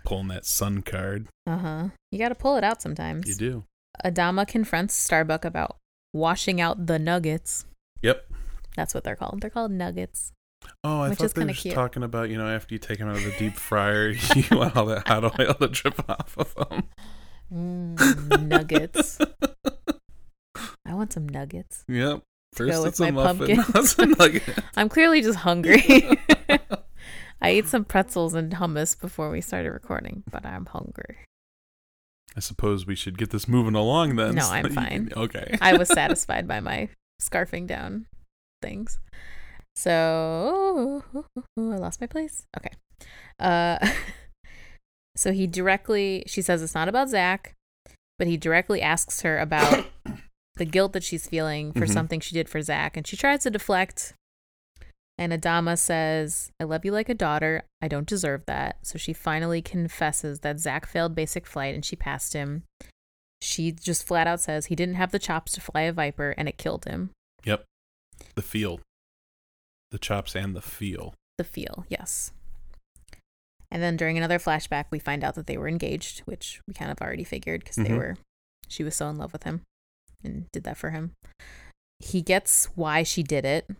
A: pulling that sun card.
B: Uh huh. You got to pull it out sometimes.
A: You do.
B: Adama confronts Starbuck about washing out the nuggets.
A: Yep.
B: That's what they're called. They're called nuggets.
A: Oh, I
B: Which is
A: thought they
B: kinda
A: were just
B: cute.
A: talking about, you know, after you take them out of the deep fryer, you want all that hot oil to drip off of them.
B: Mm, nuggets. I want some nuggets.
A: Yep.
B: go
A: First
B: with
A: it's a
B: my
A: muffin,
B: pumpkin.
A: now it's a nugget.
B: I'm clearly just hungry. I ate some pretzels and hummus before we started recording, but I'm hungry.
A: I suppose we should get this moving along then.
B: No,
A: so
B: I'm
A: that you
B: fine.
A: can- okay.
B: I was satisfied by my scarfing down things. So I lost my place. Okay. Uh so he directly she says it's not about Zach, but he directly asks her about the guilt that she's feeling for
A: Mhm.
B: something she did for Zach and she tries to deflect. And Adama says, I love you like a daughter. I don't deserve that. So she finally confesses that Zach failed basic flight and she passed him she just flat out says he didn't have the chops to fly a viper and it killed him.
A: Yep. The feel. The chops and the feel.
B: The feel, yes. And then during another flashback, we find out that they were engaged, which we kind of already figured because they
A: Mhm.
B: were, she was so in love with him and did that for him. He gets why she did it.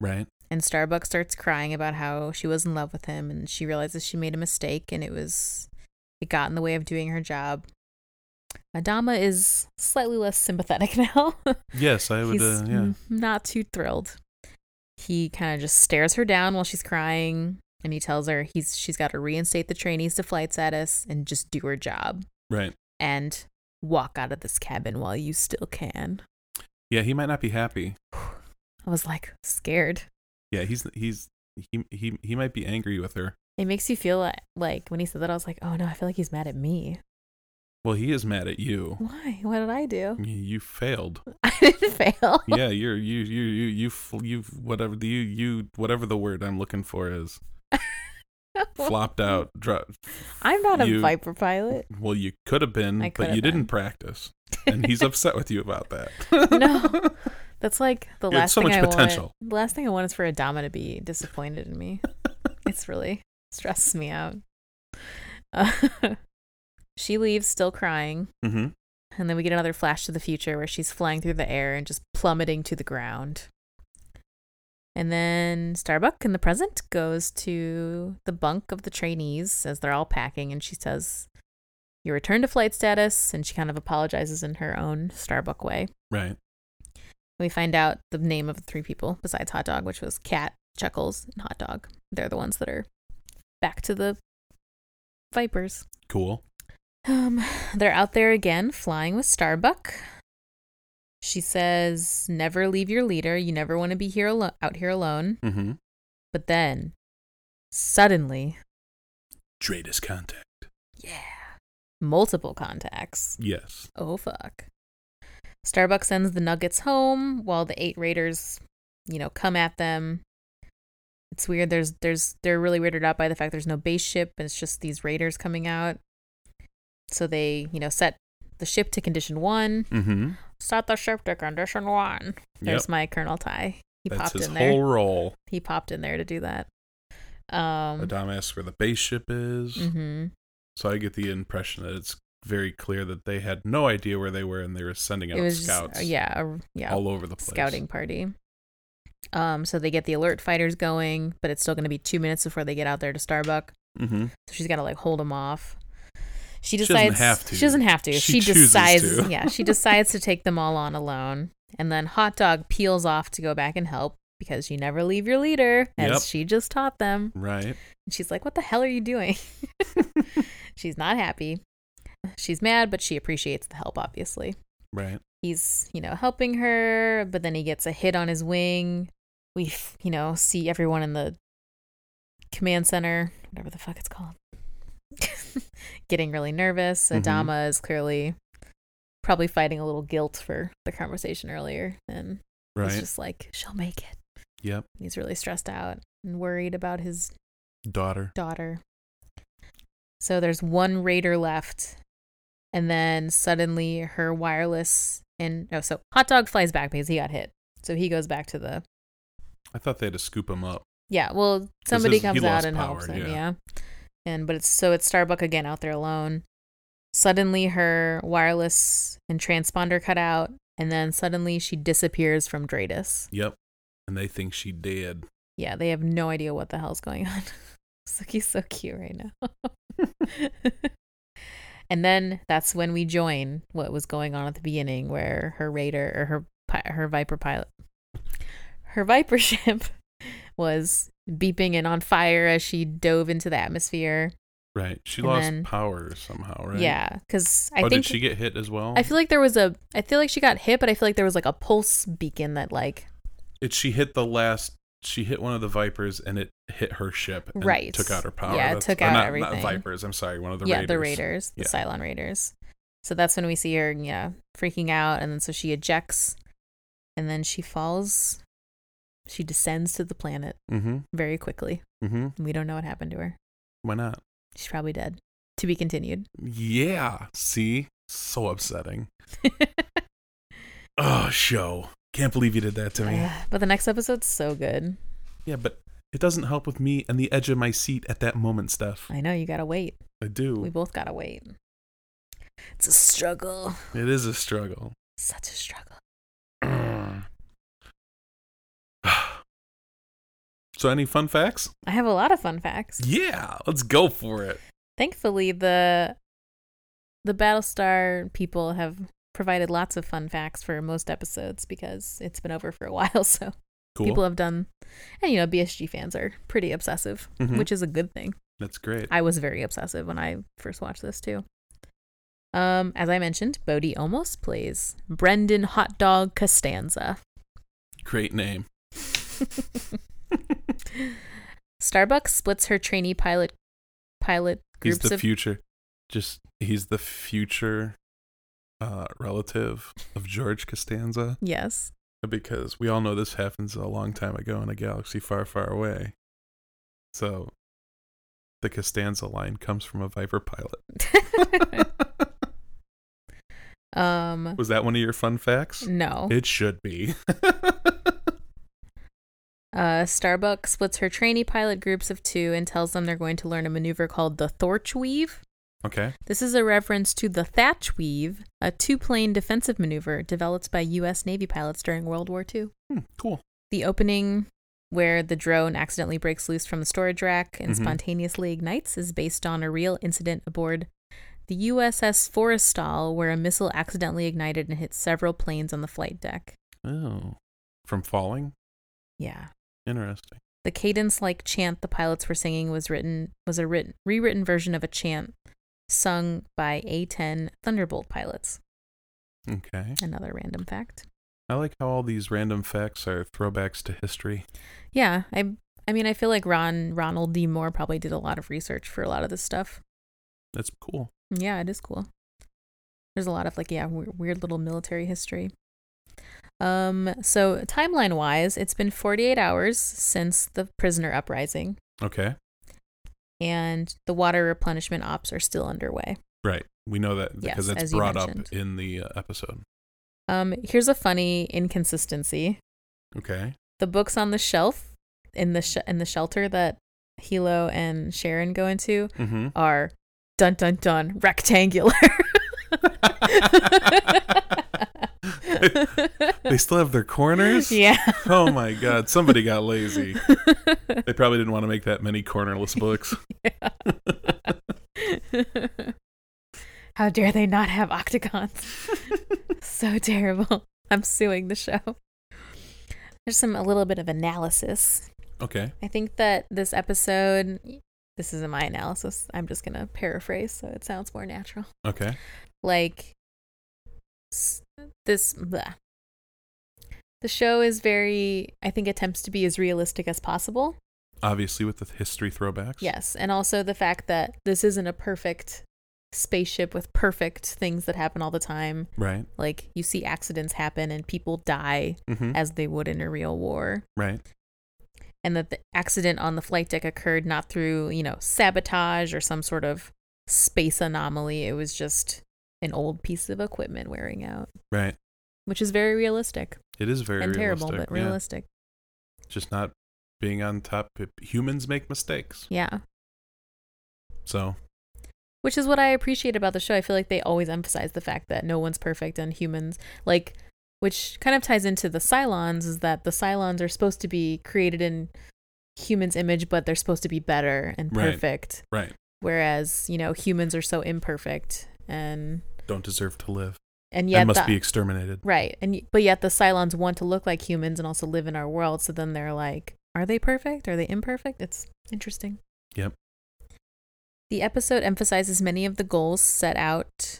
A: Right?
B: And Starbuck starts crying about how she was in love with him and she realizes she made a mistake and it was it got in the way of doing her job. Adama is slightly less sympathetic now.
A: Yes, I would
B: He's mm.
A: uh, yeah.
B: n- not too thrilled. He kind of just stares her down while she's crying and he tells her he's she's got to reinstate the trainees to flight status and just do her job
A: Right.
B: and walk out of this cabin while you still can.
A: Yeah, he might not be happy.
B: I was like scared.
A: Yeah, he's he's he he he might be angry with her.
B: It makes you feel like, like when he said that I was like, "Oh no, I feel like he's mad at me.
A: Well, he is mad at you.
B: Why? What did I do?
A: You failed.
B: I didn't fail."
A: Yeah, you're you you you you fl- you whatever the you you whatever the word I'm looking for is flopped out. Dro-
B: I'm not a
A: You-
B: Viper pilot.
A: well, you could have been,
B: I could
A: but
B: have
A: you
B: been.
A: didn't practice, and he's upset with you about that.
B: no. That's like the
A: You had
B: last
A: so
B: thing
A: much
B: I
A: potential.
B: want. The last thing I want is for Adama to be disappointed in me. it's really stresses me out. Uh, she leaves still crying,
A: Mm-hmm.
B: and then we get another flash to the future where she's flying through the air and just plummeting to the ground. And then Starbuck in the present goes to the bunk of the trainees as they're all packing, and she says, "You return to flight status," and she kind of apologizes in her own Starbuck way.
A: Right.
B: We find out the name of the three people besides Hot Dog, which was Cat, Chuckles, and Hot Dog. They're the ones that are back to the Vipers.
A: Cool.
B: Um, they're out there again, flying with Starbuck. She says, "Never leave your leader. You never want to be here alo- out here alone."
A: Mm-hmm.
B: But then, suddenly,
A: Dratus contact.
B: yeah, multiple contacts.
A: Yes.
B: Oh fuck. Starbuck sends the Nuggets home while the eight Raiders, you know, come at them. It's weird. There's there's they're really weirded out by the fact there's no base ship and it's just these Raiders coming out. So they, you know, set the ship to condition one.
A: Mm-hmm.
B: Set the ship to condition one. There's
A: Yep.
B: my Colonel Ty. He
A: That's
B: popped
A: his
B: in there.
A: whole role.
B: He popped in there to do that.
A: Adam
B: Um
A: asks where the base ship is.
B: hmm
A: So I get the impression that it's very clear that they had no idea where they were and they were sending out
B: It was
A: scouts
B: just, uh, yeah, a- yeah,
A: all over the place.
B: scouting party. Um, so they get the alert fighters going, but it's still going to be two minutes before they get out there to Starbuck.
A: Mm-hmm.
B: So she's got to like hold them off. She
A: doesn't
B: decides
A: have to.
B: she doesn't have to.
A: She
B: She,
A: chooses
B: decides.
A: to.
B: yeah, she decides to take them all on alone, and then Hot Dog peels off to go back and help because you never leave your leader, as
A: Yep.
B: she just taught them.
A: Right.
B: And she's like, "What the hell are you doing?" she's not happy. She's mad, but she appreciates the help, obviously
A: Right.
B: he's you know helping her but then he gets a hit on his wing we f- you know see everyone in the command center whatever the fuck it's called getting really nervous
A: Mhm.
B: adama is clearly probably fighting a little guilt for the conversation earlier and
A: Right.
B: he's just like she'll make it
A: Yep.
B: he's really stressed out and worried about his
A: Daughter.
B: daughter. So there's one raider left, and then suddenly her wireless and oh, so hot dog flies back because he got hit. So he goes back to the
A: I thought they had to scoop him up.
B: yeah. Well, somebody
A: his- he
B: comes
A: lost
B: out and helps
A: power,
B: him.
A: yeah.
B: Yeah. and but it's so it's Starbuck again out there alone. Suddenly her wireless and transponder cut out, and then suddenly she disappears from Dratus.
A: Yep. And they think she did.
B: Yeah, they have no idea what the hell's going on. Suki's so cute right now. and then that's when we join what was going on at the beginning, where her raider or her pi- her viper pilot, her viper ship was beeping and on fire as she dove into the atmosphere.
A: Right. She
B: And
A: lost
B: then-
A: power somehow, right?
B: Yeah, because I
A: oh,
B: think
A: did she get hit as well?
B: I feel like there was a I feel like she got hit, but I feel like there was like a pulse beacon that like
A: It, she hit the last. She hit one of the vipers and it hit her ship. And
B: Right.
A: Took out her power.
B: Yeah, it
A: That's-
B: took
A: or
B: out
A: not, Not
B: everything.
A: vipers. I'm sorry. One of the
B: yeah,
A: raiders.
B: the Raiders, the
A: Yeah.
B: Cylon Raiders. So that's when we see her, yeah, freaking out, and then so she ejects, and then she falls. She descends to the planet
A: Mm-hmm.
B: very quickly.
A: Mm-hmm.
B: We don't know what happened to her.
A: Why not?
B: She's probably dead. To be continued.
A: Yeah. See? So upsetting. oh, show. Can't believe you did that to me.
B: Ugh, Uh, but the next episode's so good.
A: Yeah, but it doesn't help with me and the edge of my seat at that moment stuff.
B: I know you gotta wait.
A: I do.
B: We both gotta wait. It's a struggle.
A: It is a struggle.
B: Such a struggle.
A: so, any fun facts?
B: I have a lot of fun facts.
A: Yeah, let's go for it.
B: thankfully the the battlestar people have provided lots of fun facts for most episodes because it's been over for a while so
A: Cool.
B: People have done, and you know, BSG fans are pretty obsessive,
A: Mhm.
B: which is a good thing.
A: That's great.
B: I was very obsessive when I first watched this too. Um, as I mentioned, Bodhi almost plays Brendan Hot Dog Costanza.
A: Great name.
B: Starbucks splits her trainee pilot pilot
A: He's
B: groups
A: the
B: of
A: future. Just he's the future uh, relative of George Costanza
B: yes.
A: because we all know this happens a long time ago in a galaxy far, far away. So the Costanza line comes from a Viper pilot.
B: um,
A: Was that one of your fun facts?
B: Mm, no.
A: It should be.
B: Uh, Starbuck splits her trainee pilot groups of two and tells them they're going to learn a maneuver called the Thorch Weave.
A: Okay.
B: This is a reference to the Thatch Weave, a two plane defensive maneuver developed by U.S. Navy pilots during World War II.
A: Hmm, cool.
B: The opening where the drone accidentally breaks loose from the storage rack and
A: Mhm.
B: spontaneously ignites is based on a real incident aboard the USS Forrestal where a missile accidentally ignited and hit several planes on the flight deck.
A: Oh. From falling?
B: Yeah.
A: Interesting.
B: The cadence like chant the pilots were singing was written was a written rewritten version of a chant sung by A10 Thunderbolt pilots.
A: Okay.
B: Another random fact.
A: I like how all these random facts are throwbacks to history.
B: Yeah, I I mean I feel like Ron Ronald D. Moore probably did a lot of research for a lot of this stuff.
A: That's cool.
B: Yeah, it is cool. There's a lot of like yeah, weird, weird little military history. Um so timeline wise, it's been 48 hours since the prisoner uprising
A: Okay.
B: and the water replenishment ops are still underway.
A: Right. We know that because
B: Yes,
A: it's
B: as you
A: brought up
B: mentioned.
A: in the uh, episode.
B: Um here's a funny inconsistency.
A: Okay.
B: The books on the shelf in the sh- in the shelter that Hilo and Sharon go into
A: Mm-hmm.
B: are dun dun dun rectangular.
A: They still have their corners?
B: yeah.
A: Oh my god, somebody got lazy. They probably didn't want to make that many cornerless books.
B: How dare they not have octagons? so terrible. I'm suing the show. There's some a little bit of analysis.
A: Okay.
B: I think that this episode this isn't my analysis. I'm just going to paraphrase so it sounds more natural.
A: Okay.
B: Like s- this bleh. The show is very I think attempts to be as realistic as possible.
A: Obviously with the history throwbacks.
B: Yes, and also the fact that this isn't a perfect spaceship with perfect things that happen all the time.
A: Right.
B: Like you see accidents happen and people die
A: Mm-hmm.
B: as they would in a real war.
A: Right.
B: And that the accident on the flight deck occurred not through, you know, sabotage or some sort of space anomaly. It was just an old piece of equipment wearing out,
A: Right.
B: which is very realistic
A: It is very
B: and
A: realistic.
B: terrible, but
A: yeah.
B: realistic.
A: Just not being on top. Humans make mistakes.
B: yeah.
A: So
B: which is what I appreciate about the show. I feel like they always emphasize the fact that no one's perfect and humans like which kind of ties into the Cylons is that the Cylons are supposed to be created in humans image but they're supposed to be better and
A: Right.
B: perfect
A: right.
B: whereas, you know, humans are so imperfect and
A: Don't deserve to live.
B: and
A: And
B: yet
A: must
B: the,
A: be exterminated.
B: right and y- but yet the Cylons want to look like humans and also live in our world so then they're like are they perfect? Are they imperfect? It's interesting.
A: Yep.
B: The episode emphasizes many of the goals set out,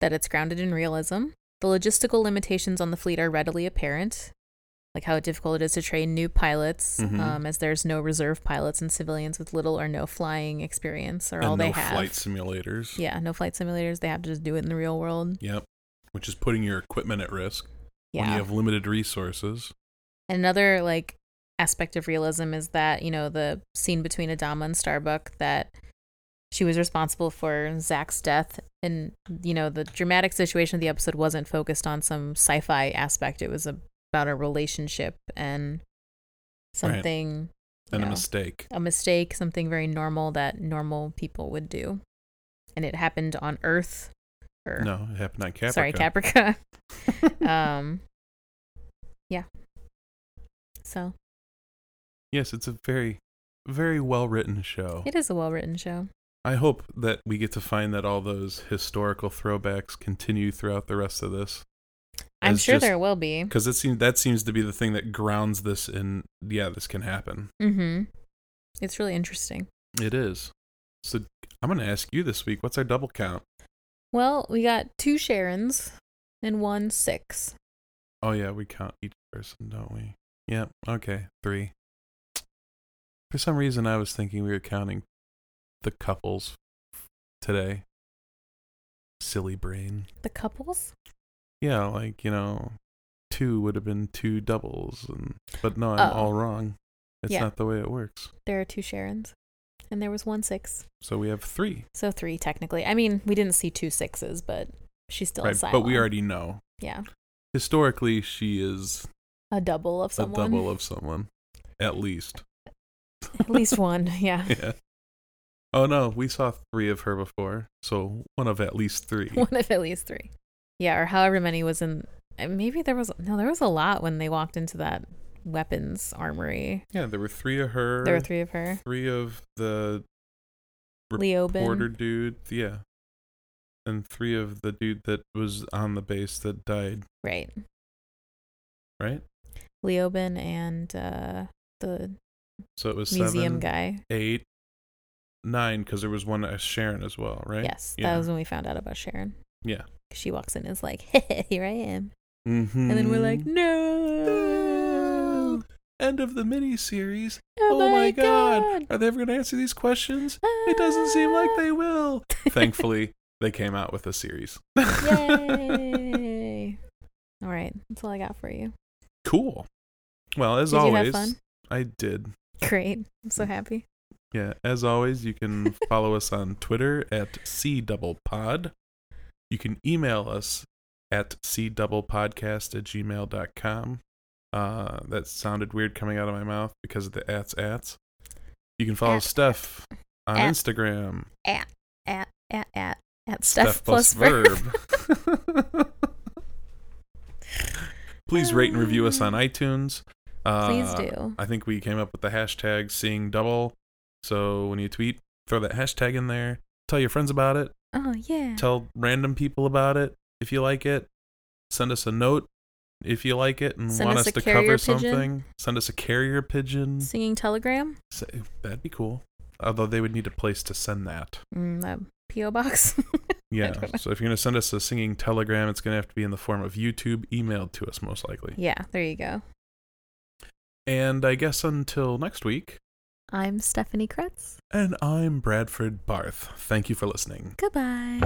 B: that it's grounded in realism. The logistical limitations on the fleet are readily apparent, like how difficult it is to train new pilots,
A: Mhm.
B: um, as there's no reserve pilots and civilians with little or no flying experience or
A: and
B: all
A: no
B: they have.
A: flight simulators.
B: Yeah, no flight simulators. They have to just do it in the real world.
A: Yep. Which is putting your equipment at risk when
B: Yeah.
A: you have limited resources.
B: And another like aspect of realism is that you know the scene between Adama and Starbuck that she was responsible for Zach's death, and you know the dramatic situation of the episode wasn't focused on some sci-fi aspect. It was about a relationship and something
A: And
B: Yeah.
A: a mistake.
B: a mistake, something very normal that normal people would do, and it happened on Earth. Or,
A: No, it happened on Caprica.
B: Sorry, Caprica. um, yeah. So
A: Yes, it's a very, very well written show.
B: It is a well written show.
A: I hope that we get to find that all those historical throwbacks continue throughout the rest of this.
B: I'm
A: as
B: sure
A: just-
B: there will be.
A: because it seems that seems to be the thing that grounds this in yeah this can happen
B: Mm-hmm. It's really interesting.
A: it is so i'm going to ask you this week what's our double count
B: Well, we got two Sharons and one six.
A: oh yeah we count each person don't we yeah okay three for some reason i was thinking we were counting the couples today silly brain
B: The couples?
A: yeah like you know two would have been two doubles and but no i'm
B: Oh.
A: all wrong it's
B: Yeah.
A: not the way it works
B: There are two Sharons. And there was one six.
A: so we have three
B: So three technically. I mean, we didn't see two sixes, but she's still a
A: right but we
B: Cylon.
A: already know
B: Yeah.
A: historically she is
B: A double of someone.
A: a double of someone at least
B: At least one, yeah.
A: yeah oh no we saw three of her before so one of at least three
B: one of at least three. Yeah, or however many was in uh, maybe there was no, there was a lot when they walked into that weapons armory.
A: yeah there were three of her
B: There were three of her.
A: three of the
B: Leoben.
A: reporter dude yeah and three of the dude that was on the base that died
B: Right.
A: right
B: Leoben and uh the
A: so it was
B: museum
A: seven
B: guy.
A: eight nine because there was one as sharon as well right
B: Yes.
A: Yeah.
B: That was when we found out about Sharon.
A: yeah
B: She walks in and is like, here I am.
A: mm-hmm.
B: And then we're like, no.
A: end of the mini series
B: Oh,
A: Oh my god. Are they ever going to answer these questions? It doesn't
B: Ah.
A: seem like they will. Thankfully, they came out with a series.
B: Ah. Yay. all right. That's all I got for you.
A: cool. Well, as
B: Did
A: always,
B: you have fun?
A: I did.
B: Great. I'm so happy.
A: Yeah, as always, you can follow us on Twitter at C double pod. You can email us at C double podcast at gmail.com. Uh, that sounded weird coming out of my mouth because of the ats ats. You can follow
B: At-
A: Steph on
B: at-
A: Instagram.
B: At, at, at, at, at Steph, plus, verb.
A: verb. Please rate and review us on iTunes. Uh,
B: Please do.
A: I think we came up with the hashtag seeing double. So when you tweet, throw that hashtag in there. Tell your friends about it.
B: Oh, yeah.
A: Tell random people about it if you like it. Send us a note if you like it and
B: Send
A: want
B: us
A: us,
B: a
A: to
B: carrier
A: cover
B: pigeon.
A: something. Send us a carrier pigeon.
B: Singing Telegram?
A: Say- that'd be cool. Although they would need a place to send that.
B: Mm, that P.O. box.
A: Yeah.
B: don't know.
A: So if you're going to send us a singing telegram, it's going to have to be in the form of YouTube emailed to us, most likely.
B: yeah, there you go.
A: And I guess until next week,
B: I'm Stephanie Kretz.
A: and I'm Bradford Barth. Thank you for listening.
B: Goodbye.